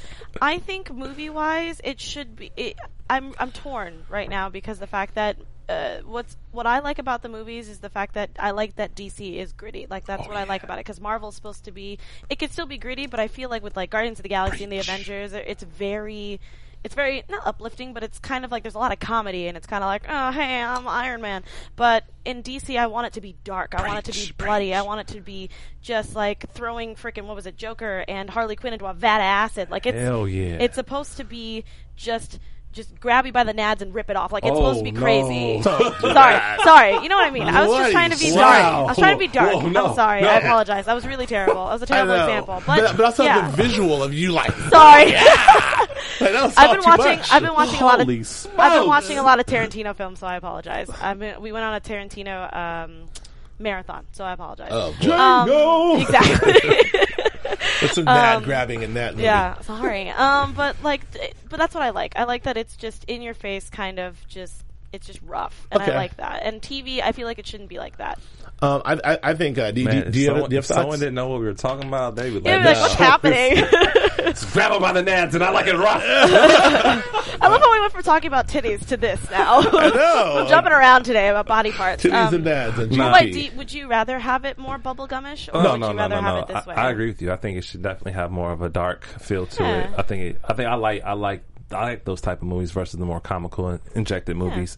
Speaker 5: I think movie wise, it should be. It, I'm I'm torn right now because the fact that. Uh, what's what I like about the movies is the fact that I like that DC is gritty. Like that's what I like about it because Marvel's supposed to be. It could still be gritty, but I feel like with like Guardians of the Galaxy and the Avengers, it's very it's very not uplifting, but it's kind of like there's a lot of comedy, and it's kind of like, oh hey, I'm Iron Man. But in DC, I want it to be dark. I want it to be bloody. I want it to be just like throwing freaking what was it, Joker and Harley Quinn into a vat of acid. Like it's
Speaker 4: Hell yeah.
Speaker 5: it's supposed to be just. Just grab you by the nads and rip it off. Like it's
Speaker 4: Oh,
Speaker 5: supposed to be
Speaker 4: no.
Speaker 5: crazy.
Speaker 4: Don't
Speaker 3: do that.
Speaker 5: sorry, sorry. You know what I mean. I was
Speaker 3: What?
Speaker 5: just trying to be dark.
Speaker 4: Wow.
Speaker 5: I was trying to be dark.
Speaker 4: Whoa, no,
Speaker 5: I'm sorry.
Speaker 4: no.
Speaker 5: I apologize. That was really terrible. That was a
Speaker 3: I
Speaker 5: terrible
Speaker 3: know.
Speaker 5: example. But,
Speaker 3: but, but also
Speaker 5: yeah.
Speaker 3: the visual of you like.
Speaker 5: sorry.
Speaker 3: Like, that was
Speaker 5: I've been
Speaker 3: too
Speaker 5: watching.
Speaker 3: much.
Speaker 5: I've been watching a lot of.
Speaker 4: Holy
Speaker 5: I've
Speaker 4: smokes.
Speaker 3: Oh.
Speaker 5: been watching a lot of Tarantino films, so I apologize. I've been, we went on a Tarantino um, marathon, so I apologize.
Speaker 3: Oh, boy.
Speaker 4: Django.
Speaker 5: Exactly.
Speaker 3: There's some mad grabbing in that movie.
Speaker 5: um, yeah. Sorry. Um, but like, th- but that's what I like. I like that it's just in your face, kind of just. It's just rough, and
Speaker 3: Okay.
Speaker 5: I like that. And TV, I feel like it shouldn't be like that.
Speaker 3: Um, I, I I think. Uh, do,
Speaker 4: Man,
Speaker 3: do, do you
Speaker 4: someone,
Speaker 3: have, do you have
Speaker 4: if someone
Speaker 3: thoughts?
Speaker 4: didn't know what we were talking about, they would
Speaker 5: Yeah,
Speaker 4: like,
Speaker 5: like,
Speaker 4: "Nah,
Speaker 5: what's happening?
Speaker 4: just grab them by the nads, and I like it rough.
Speaker 5: I love how we went from talking about titties to this now.
Speaker 3: know.
Speaker 5: I'm jumping around today about body parts.
Speaker 3: Titties
Speaker 5: Um,
Speaker 3: and dads and
Speaker 4: Nah.
Speaker 3: GP.
Speaker 4: Wait,
Speaker 5: But do you- would you rather have it more bubblegumish, or
Speaker 4: no,
Speaker 5: would
Speaker 4: no,
Speaker 5: you
Speaker 4: no,
Speaker 5: rather
Speaker 4: no,
Speaker 5: have
Speaker 4: no.
Speaker 5: it this
Speaker 4: I,
Speaker 5: way?
Speaker 4: I agree with you. I think it should definitely have more of a dark feel to it.
Speaker 5: Yeah.
Speaker 4: I think. It, I think I like. I like. I like those type of movies versus the more comical and injected movies.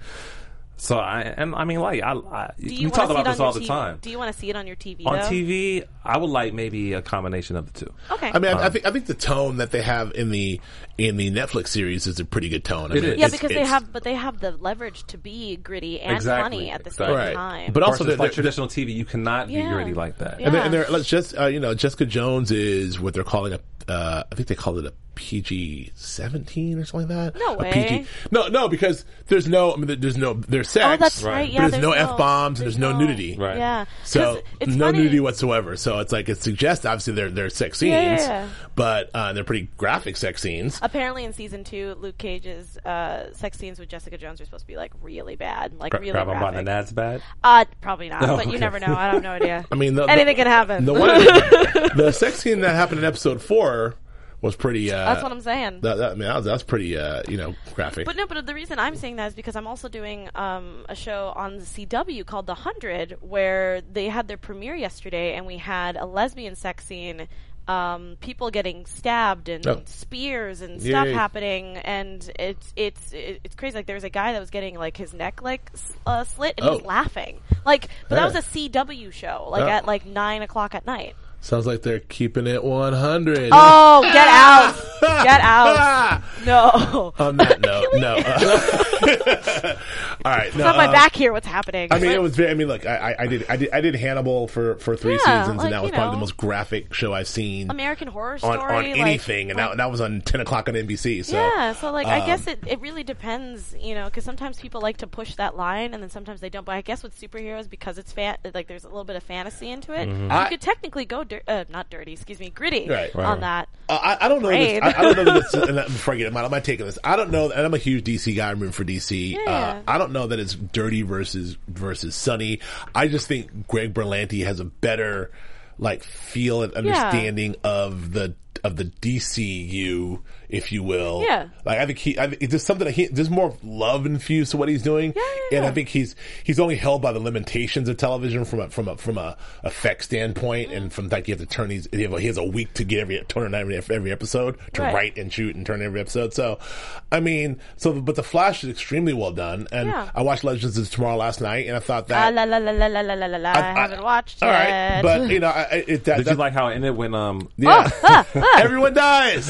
Speaker 4: So I and I mean like I, I
Speaker 5: Do
Speaker 4: we
Speaker 5: you
Speaker 4: talk about
Speaker 5: want to see it on
Speaker 4: this
Speaker 5: your
Speaker 4: all the
Speaker 5: TV?
Speaker 4: time.
Speaker 5: Do you want to see it on your TV?
Speaker 4: on
Speaker 5: though?
Speaker 4: TV, I would like maybe a combination of the two.
Speaker 5: Okay.
Speaker 3: I mean,
Speaker 4: Uh.
Speaker 3: I, I think I think the tone that they have in the in the Netflix series is a pretty good tone. I
Speaker 4: It
Speaker 3: mean,
Speaker 4: is.
Speaker 5: yeah,
Speaker 4: it's-
Speaker 5: because they
Speaker 3: it's-
Speaker 5: have, but they have the leverage to be gritty and
Speaker 4: Exactly,
Speaker 5: funny at the
Speaker 4: exactly.
Speaker 5: same
Speaker 3: Right.
Speaker 5: time.
Speaker 3: But also
Speaker 4: Also,
Speaker 3: they're-
Speaker 4: like
Speaker 3: they're-
Speaker 4: traditional TV, you cannot be
Speaker 5: Yeah.
Speaker 4: gritty like that.
Speaker 5: Yeah.
Speaker 3: And, they're, and they're, let's just uh, you know, Jessica Jones is what they're calling a. Uh, I think they called it a PG seventeen or something like that.
Speaker 5: No
Speaker 3: A
Speaker 5: way.
Speaker 3: No, no, because there's no. I mean, there- there's no. There's sex.
Speaker 5: oh, that's right.
Speaker 4: Right.
Speaker 5: Yeah,
Speaker 3: but there's, no f bombs and there's no, nudity.
Speaker 4: Right.
Speaker 5: Yeah.
Speaker 3: So
Speaker 5: 'Cause it's
Speaker 3: no
Speaker 5: funny.
Speaker 3: nudity whatsoever. So it's like it suggests obviously they're they're sex scenes,
Speaker 5: Yeah, yeah, yeah.
Speaker 3: but uh, they're pretty graphic sex scenes.
Speaker 5: Apparently, in season two, Luke Cage's uh, sex scenes with Jessica Jones are supposed to be like really bad, like really
Speaker 4: Grab them by the
Speaker 5: graphic.
Speaker 4: nads bad.
Speaker 5: Uh, probably not, but you
Speaker 4: okay.
Speaker 5: never know. I don't know idea.
Speaker 3: Oh, I mean, the, the-
Speaker 5: anything can happen.
Speaker 3: The one, the sex scene that happened in episode four was pretty. Uh,
Speaker 5: That's what I'm saying.
Speaker 3: That, that, I mean, that was, that was pretty. Uh, you know, graphic.
Speaker 5: But no, but the reason I'm saying that is because I'm also doing um, a show on the CW called The Hundred, where they had their premiere yesterday, and we had a lesbian sex scene, um, people getting stabbed and
Speaker 3: Oh.
Speaker 5: spears and
Speaker 3: Yeah,
Speaker 5: stuff
Speaker 3: yeah, yeah.
Speaker 5: happening, and it's it's it- it's crazy. Like there was a guy that was getting like his neck like s- uh, slit, and he was
Speaker 3: Oh.
Speaker 5: laughing. Like, but that
Speaker 3: Yeah.
Speaker 5: was a CW show, like
Speaker 3: Oh.
Speaker 5: at like nine o'clock at night.
Speaker 3: Sounds like they're keeping it one hundred.
Speaker 5: Oh, get out! Get out! No.
Speaker 3: On that note, no. Uh, all right, no.
Speaker 5: It's on my
Speaker 3: uh,
Speaker 5: back here. What's happening?
Speaker 3: I mean, it was very. I mean, look, I, I, I did, I did, I did Hannibal for for three
Speaker 5: Yeah,
Speaker 3: seasons,
Speaker 5: like,
Speaker 3: and that was
Speaker 5: you
Speaker 3: probably
Speaker 5: know.
Speaker 3: the most graphic show I've seen
Speaker 5: American Horror Story
Speaker 3: on on
Speaker 5: like-
Speaker 3: anything, and that, that was on ten o'clock on NBC. So
Speaker 5: yeah, so like I
Speaker 3: um,
Speaker 5: guess it, it really depends, you know, because sometimes people like to push that line, and then sometimes they don't. But I guess with superheroes, because it's fan like there's a little bit of fantasy into it, you
Speaker 3: I-
Speaker 5: could technically go dir- uh, not dirty, excuse me, gritty
Speaker 3: Mm-hmm. Right, right,
Speaker 5: on
Speaker 4: right.
Speaker 5: that.
Speaker 3: Uh, I, I don't know. This,
Speaker 5: Afraid.
Speaker 3: I, I don't know this. And that- before I get it, my, my take on this, I don't know. And I'm a huge DC guy. I'm rooting for DC.
Speaker 5: Yeah.
Speaker 3: Uh, I don't know that it's dirty versus versus sunny. I just think Greg Berlanti has a better like feel and understanding of the of the DCU, if you will.
Speaker 5: Yeah.
Speaker 3: Like I think he, I think there's something that he, there's more love infused to what he's doing.
Speaker 5: yeah,
Speaker 3: And I
Speaker 5: yeah.
Speaker 3: think he's he's only held by the limitations of television from a from a from a effect standpoint, and from that you have to turn these. You know, he has a week to get every turn every every episode to
Speaker 5: Right.
Speaker 3: write and shoot and turn every episode. So, I mean, so but the Flash is extremely well done, and
Speaker 5: Yeah.
Speaker 3: I watched Legends of Tomorrow last night, and I thought
Speaker 5: Ah,
Speaker 3: that
Speaker 5: la la la la la la la la. la. I, haven't watched
Speaker 3: all
Speaker 5: it.
Speaker 3: right, but you know, I, I- it, that,
Speaker 4: Did
Speaker 3: that-
Speaker 4: you like how it ended when um
Speaker 5: Oh,
Speaker 3: yeah. Everyone dies.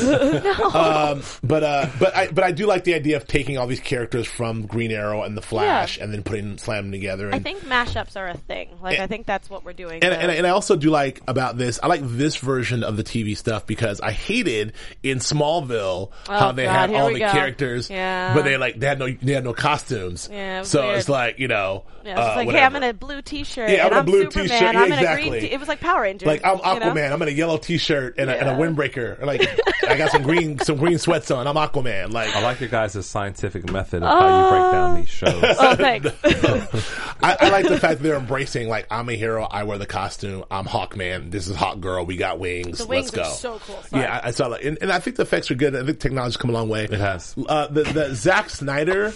Speaker 3: um, but uh, but I but I do like the idea of taking all these characters from Green Arrow and the Flash and then putting slam them together. And,
Speaker 5: I think mashups are a thing. Like I think that's what we're doing.
Speaker 3: Eh, and,
Speaker 5: The-
Speaker 3: and, and I also do like about this. I like this version of the TV stuff because I hated in Smallville how they
Speaker 5: Oh, God,
Speaker 3: had
Speaker 5: here
Speaker 3: all
Speaker 5: we
Speaker 3: the
Speaker 5: go.
Speaker 3: characters,
Speaker 5: Yeah.
Speaker 3: but they like they had no they had no costumes.
Speaker 5: Yeah, it was
Speaker 3: so
Speaker 5: weird.
Speaker 3: it's like you know,
Speaker 5: yeah, it's
Speaker 3: uh,
Speaker 5: like, hey,
Speaker 3: whatever.
Speaker 5: I'm in a blue T-shirt.
Speaker 3: Yeah, I'm
Speaker 5: and
Speaker 3: in a blue
Speaker 5: Superman,
Speaker 3: t-shirt. Yeah,
Speaker 5: I'm in a green.
Speaker 3: exactly.
Speaker 5: T- it was like Power Rangers.
Speaker 3: Like I'm
Speaker 5: you know?
Speaker 3: Aquaman. I'm in a yellow T-shirt and, a, and a
Speaker 5: Yeah.
Speaker 3: windbreaker. Like I got some green some green sweats on. I'm Aquaman. Like
Speaker 4: I like your guys' scientific method of how you break down these shows.
Speaker 5: Oh, thanks.
Speaker 3: I, I like the fact they're embracing like I'm a hero. I wear the costume. I'm Hawkman. This is Hawk Girl. We got wings.
Speaker 5: The wings
Speaker 3: Let's go.
Speaker 5: are so cool. Sorry.
Speaker 3: yeah, I, I saw that, and, and I think the effects are good. I think technology's come a long way. It
Speaker 4: has.
Speaker 5: Oh,
Speaker 3: Uh, the the Zack Snyder,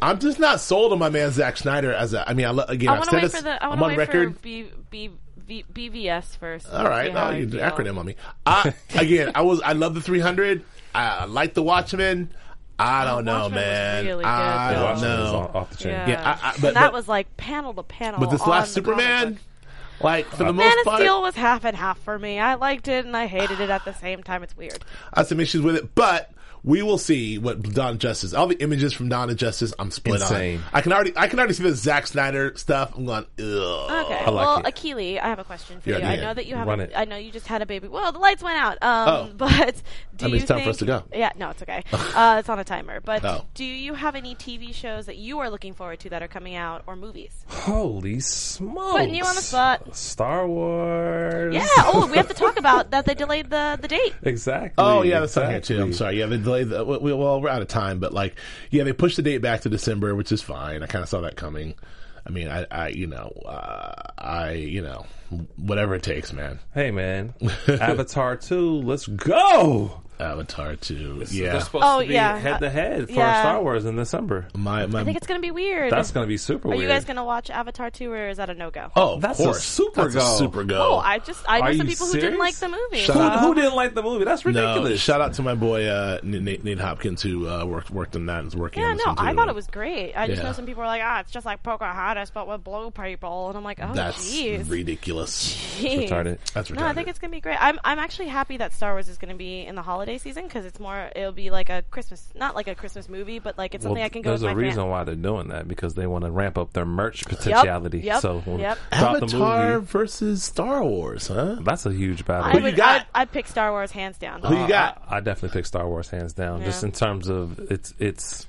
Speaker 3: I'm just not sold on my man Zack Snyder as a. I mean, I lo- again,
Speaker 5: I
Speaker 3: have
Speaker 5: want
Speaker 3: said
Speaker 5: to wait
Speaker 3: this.
Speaker 5: for the. I
Speaker 3: I'm
Speaker 5: want to
Speaker 3: on
Speaker 5: wait
Speaker 3: record.
Speaker 5: for B, B, v, BVS first.
Speaker 3: All right,
Speaker 5: See how
Speaker 3: oh,
Speaker 5: I
Speaker 3: you did
Speaker 5: feel.
Speaker 3: acronym on me. I, again, I was I love the 300. I like the Watchmen. I don't know,
Speaker 5: Watchmen was
Speaker 3: man.
Speaker 5: really
Speaker 3: I
Speaker 5: good,
Speaker 3: don't
Speaker 5: though.
Speaker 4: Watchmen is
Speaker 3: know.
Speaker 4: off- off the chain.
Speaker 5: Yeah,
Speaker 3: Yeah, I- I-
Speaker 5: And
Speaker 3: but-
Speaker 5: that
Speaker 3: but-
Speaker 5: was like panel to panel.
Speaker 3: But this
Speaker 5: Oh, on
Speaker 3: last
Speaker 5: the comic
Speaker 3: Superman,
Speaker 5: book.
Speaker 3: like for the
Speaker 5: Man
Speaker 3: most
Speaker 5: of
Speaker 3: part,
Speaker 5: Steel was half and half for me. I liked it and I hated it at the same time. It's weird.
Speaker 3: I have some issues with it, but we will see what Dawn of Justice. All the images from Dawn of Justice, I'm split
Speaker 4: Insane.
Speaker 3: on. I can already, I can already see the Zack Snyder stuff. I'm going, ugh.
Speaker 5: Okay.
Speaker 4: I like
Speaker 5: well,
Speaker 4: it.
Speaker 5: Akili, I have a question for
Speaker 3: Yeah,
Speaker 5: you.
Speaker 3: yeah.
Speaker 5: I know that you have.
Speaker 4: Run
Speaker 5: A,
Speaker 4: it.
Speaker 5: I know you just had a baby. Well, the lights went out. Um,
Speaker 3: Oh.
Speaker 5: But do
Speaker 3: I mean,
Speaker 5: you
Speaker 3: it's time
Speaker 5: think,
Speaker 3: for us to go.
Speaker 5: Yeah. No, it's okay. uh, it's on a timer. But
Speaker 3: Oh.
Speaker 5: do you have any TV shows that you are looking forward to that are coming out or movies?
Speaker 4: Holy smokes!
Speaker 5: Putting you on the spot.
Speaker 4: Star Wars.
Speaker 5: Yeah. Oh, we have to talk about that. They delayed the the date.
Speaker 4: Exactly.
Speaker 3: Oh yeah, that's on here
Speaker 4: exactly.
Speaker 3: too. I'm sorry. Yeah, they delayed. The, we, we- well, we're out of time, but like, yeah, they pushed the date back to December, which is fine. I kind of saw that coming. I mean, I, I, you know, uh, I, you know, whatever it takes, man.
Speaker 4: Hey, man, Avatar two, let's go.
Speaker 3: Avatar two,
Speaker 4: They're
Speaker 3: yeah.
Speaker 4: supposed
Speaker 5: Oh,
Speaker 4: to be
Speaker 5: yeah.
Speaker 4: head to head for
Speaker 5: Yeah.
Speaker 4: Star Wars in December.
Speaker 3: My
Speaker 5: I think
Speaker 3: my.
Speaker 5: it's gonna be weird.
Speaker 4: That's going to be super
Speaker 5: Are
Speaker 4: weird.
Speaker 5: you guys gonna watch Avatar two or is that a no go?
Speaker 3: Oh, of
Speaker 4: That's a
Speaker 3: course.
Speaker 4: super
Speaker 3: That's
Speaker 4: go.
Speaker 3: A super go.
Speaker 5: Oh, I just I
Speaker 4: Are
Speaker 5: know
Speaker 4: you
Speaker 5: some people who didn't like
Speaker 4: serious?
Speaker 5: the movie.
Speaker 3: Shut
Speaker 4: who,
Speaker 5: so-
Speaker 3: up.
Speaker 4: who didn't like the movie? That's ridiculous.
Speaker 3: No, shout out to my boy uh, Nate, Nate Hopkins who uh, worked worked on that and is working.
Speaker 5: Yeah,
Speaker 3: on this
Speaker 5: no,
Speaker 3: one, too.
Speaker 5: I thought it was great. I just
Speaker 3: Yeah.
Speaker 5: know some people were like, ah, it's just like Pocahontas, but with blue people, and I'm like, oh,
Speaker 3: That's
Speaker 5: jeez.
Speaker 3: ridiculous.
Speaker 5: Jeez.
Speaker 4: Retarded.
Speaker 3: That's retarded.
Speaker 5: No, I think it's gonna be great. I'm I'm actually happy that Star Wars is gonna be in the holiday season because it's more it'll be like a Christmas, not like a Christmas movie, but like it's something I can go.
Speaker 4: there's
Speaker 5: with
Speaker 4: a
Speaker 5: my
Speaker 4: reason
Speaker 5: Fam-
Speaker 4: why they're doing that because they want to ramp up their merch potentiality.
Speaker 5: yep,
Speaker 4: so when
Speaker 5: yep.
Speaker 4: drop the
Speaker 3: Avatar
Speaker 4: movie.
Speaker 3: versus Star Wars, huh?
Speaker 4: That's a huge battle.
Speaker 5: I
Speaker 3: you
Speaker 5: would,
Speaker 3: got?
Speaker 5: I, I'd pick Star Wars hands down.
Speaker 3: Who you got?
Speaker 4: I, I definitely pick Star Wars hands down, just
Speaker 5: Yeah.
Speaker 4: in terms of its its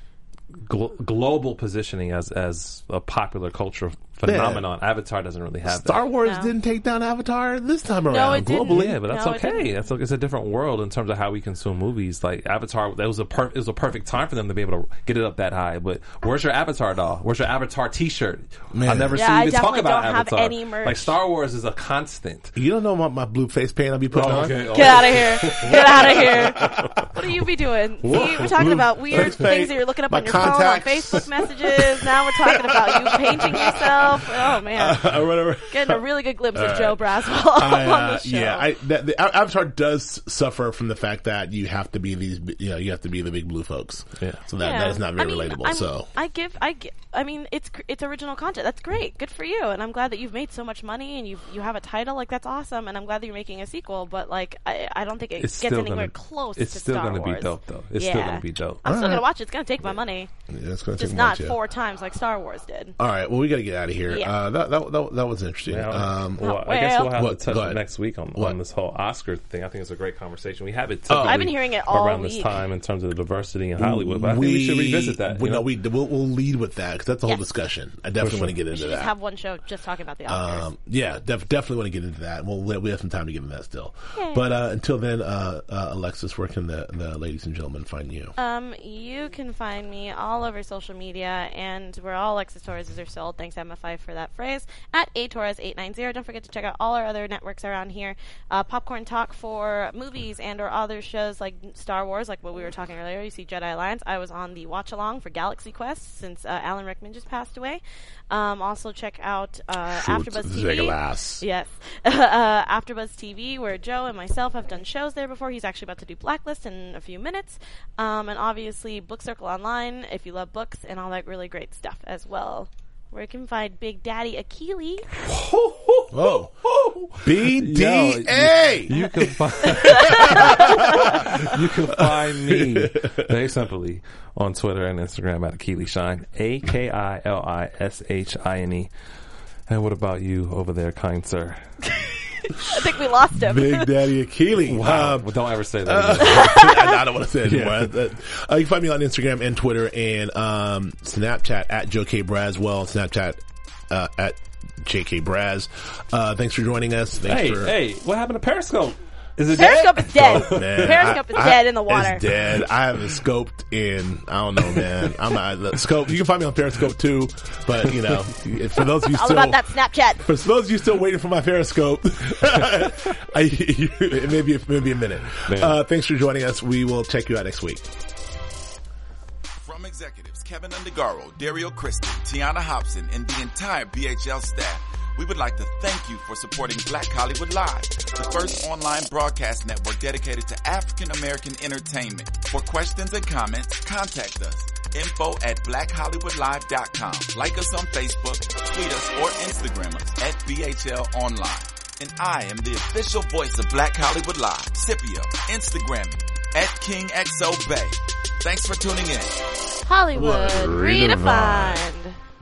Speaker 4: glo- global positioning as as a popular culture phenomenon. Avatar doesn't really have
Speaker 3: Star Wars
Speaker 5: No.
Speaker 3: didn't take down Avatar this time around.
Speaker 5: it didn't.
Speaker 4: that.
Speaker 3: globally.
Speaker 4: Yeah, but that's
Speaker 5: No, it
Speaker 4: okay.
Speaker 5: didn't.
Speaker 4: That's like, it's a different world in terms of how we consume movies. Like Avatar, that was a per- it was a perfect time for them to be able to get it up that high. But where's your Avatar doll? Where's your Avatar T-shirt? I
Speaker 3: Man.
Speaker 4: never
Speaker 5: Yeah,
Speaker 4: see
Speaker 5: I
Speaker 4: you even talk
Speaker 5: definitely
Speaker 4: about
Speaker 5: don't have
Speaker 4: Avatar.
Speaker 5: any merch.
Speaker 4: Like Star Wars is a constant.
Speaker 3: You don't know what my blue face paint I'll be putting on.
Speaker 5: Get out of here! Get out of here! What do you be doing? See, we're talking about weird
Speaker 3: Let's say
Speaker 5: things that you're looking up
Speaker 3: my
Speaker 5: on your
Speaker 3: contacts.
Speaker 5: phone, on Facebook messages. Now we're talking about you painting yourself. Oh man,
Speaker 3: or whatever.
Speaker 5: getting a really good glimpse of Joe Braswell
Speaker 3: I,
Speaker 5: on
Speaker 3: uh,
Speaker 5: the show.
Speaker 3: Yeah, I, that, the A- Avatar does suffer from the fact that you have to be these, b- you know, you have to be the big blue folks.
Speaker 4: Yeah.
Speaker 3: So that,
Speaker 5: Yeah.
Speaker 3: that is not very
Speaker 5: I mean,
Speaker 3: relatable.
Speaker 5: I'm-
Speaker 3: so
Speaker 5: I give, I gi- I mean, it's cr- it's original content. That's great, good for you, and I'm glad that you've made so much money and you you have a title like that's awesome, and I'm glad that you're making a sequel. But like, I, I don't think it
Speaker 4: It's
Speaker 5: gets
Speaker 4: still
Speaker 5: anywhere
Speaker 4: gonna-
Speaker 5: close.
Speaker 4: it's
Speaker 5: to
Speaker 4: still
Speaker 5: Star
Speaker 4: gonna be
Speaker 5: Wars.
Speaker 4: dope, though. It's still gonna be dope.
Speaker 5: I'm still
Speaker 3: Alright.
Speaker 5: gonna watch it. It's gonna take my money,
Speaker 3: yeah, it's going to
Speaker 5: just
Speaker 3: take
Speaker 5: not
Speaker 3: much, yeah.
Speaker 5: four times like Star Wars did.
Speaker 3: All right, well, we got to get out of here.
Speaker 5: Yeah.
Speaker 3: Uh, that, that that that was interesting.
Speaker 5: Oh,
Speaker 3: Um,
Speaker 4: well, I guess we'll have
Speaker 3: What?
Speaker 4: to touch
Speaker 3: Go ahead.
Speaker 4: next week on,
Speaker 3: What?
Speaker 4: on this whole Oscar thing. I think it's a great conversation. We have it.
Speaker 3: Oh.
Speaker 5: I've been
Speaker 4: typically
Speaker 5: hearing it all
Speaker 4: around this
Speaker 5: week.
Speaker 4: time in terms of the diversity in Hollywood. But I think we, should revisit that.
Speaker 3: We,
Speaker 4: you
Speaker 3: no,
Speaker 4: know?
Speaker 3: we we'll, we'll lead with that because that's a whole
Speaker 5: Yeah.
Speaker 3: discussion. I definitely
Speaker 4: sure.
Speaker 3: want to get
Speaker 5: We
Speaker 3: into
Speaker 5: should just
Speaker 3: that.
Speaker 5: have one show just talking about the Oscars.
Speaker 3: Um, yeah, def- definitely want to get into that. Well, we we have some time to get into that still.
Speaker 5: Yay.
Speaker 3: But uh, until then, uh, uh, Alexis, where can the, the ladies and gentlemen find you?
Speaker 5: Um, you can find me all over social media, and we're all Alexis Torreses are sold. Thanks, MFI, for that phrase. At atorres890. Don't forget to check out all our other networks around here. Uh, Popcorn Talk for movies and or other shows like Star Wars, like what we were talking earlier. You see Jedi Alliance. I was on the watch along for Galaxy Quest since uh, Alan Rickman just passed away. Um, also check out uh, AfterBuzz TV.
Speaker 3: Zigglass.
Speaker 5: Yes. uh, AfterBuzz TV, where Joe and myself have done shows there before. He's actually about to do Blacklist in a few minutes. Um, and obviously, Book Circle Online, if you love books and all that really great stuff as well. Where you can find Big Daddy Akili.
Speaker 3: Whoa. BDA.
Speaker 4: Yo, you, you can find you can find me very simply on Twitter and Instagram at Akili Shine, A K I L I S H I N E. And what about you over there, kind sir?
Speaker 5: I think we lost him.
Speaker 3: Big Daddy Akili.
Speaker 4: Wow,
Speaker 3: Um,
Speaker 4: well, don't ever say that. again.
Speaker 3: I, I don't want to say it anymore. Uh, you can find me on Instagram and Twitter and um, Snapchat at Joe K Braswell, Snapchat uh, at JK Braz. Uh, thanks for joining us. Thanks
Speaker 4: Hey,
Speaker 3: for
Speaker 4: hey, what happened to Periscope? Is it
Speaker 5: Periscope is dead.
Speaker 3: Oh, Man,
Speaker 5: Periscope is
Speaker 3: I- I-
Speaker 5: dead in the water.
Speaker 3: It's dead. I haven't scoped in. I don't know, man. I'm not look, scope. You can find me on Periscope too, but you know, for those of you
Speaker 5: All
Speaker 3: still
Speaker 5: about that Snapchat.
Speaker 3: for those of you still waiting for my Periscope, I, it may be maybe a minute.
Speaker 4: Man.
Speaker 3: Uh, thanks for joining us. We will check you out next week.
Speaker 1: From executives Kevin Undergaro, Dario Christie, Tiana Hobson, and the entire BHL staff, we would like to thank you for supporting Black Hollywood Live, the first online broadcast network dedicated to African American entertainment. For questions and comments, contact us. Info at blackhollywoodlive.com. Like us on Facebook, tweet us, or Instagram us at BHL Online. And I am the official voice of Black Hollywood Live, Scipio, Instagramming at KingXO Bay. Thanks for tuning in.
Speaker 5: Hollywood redefined.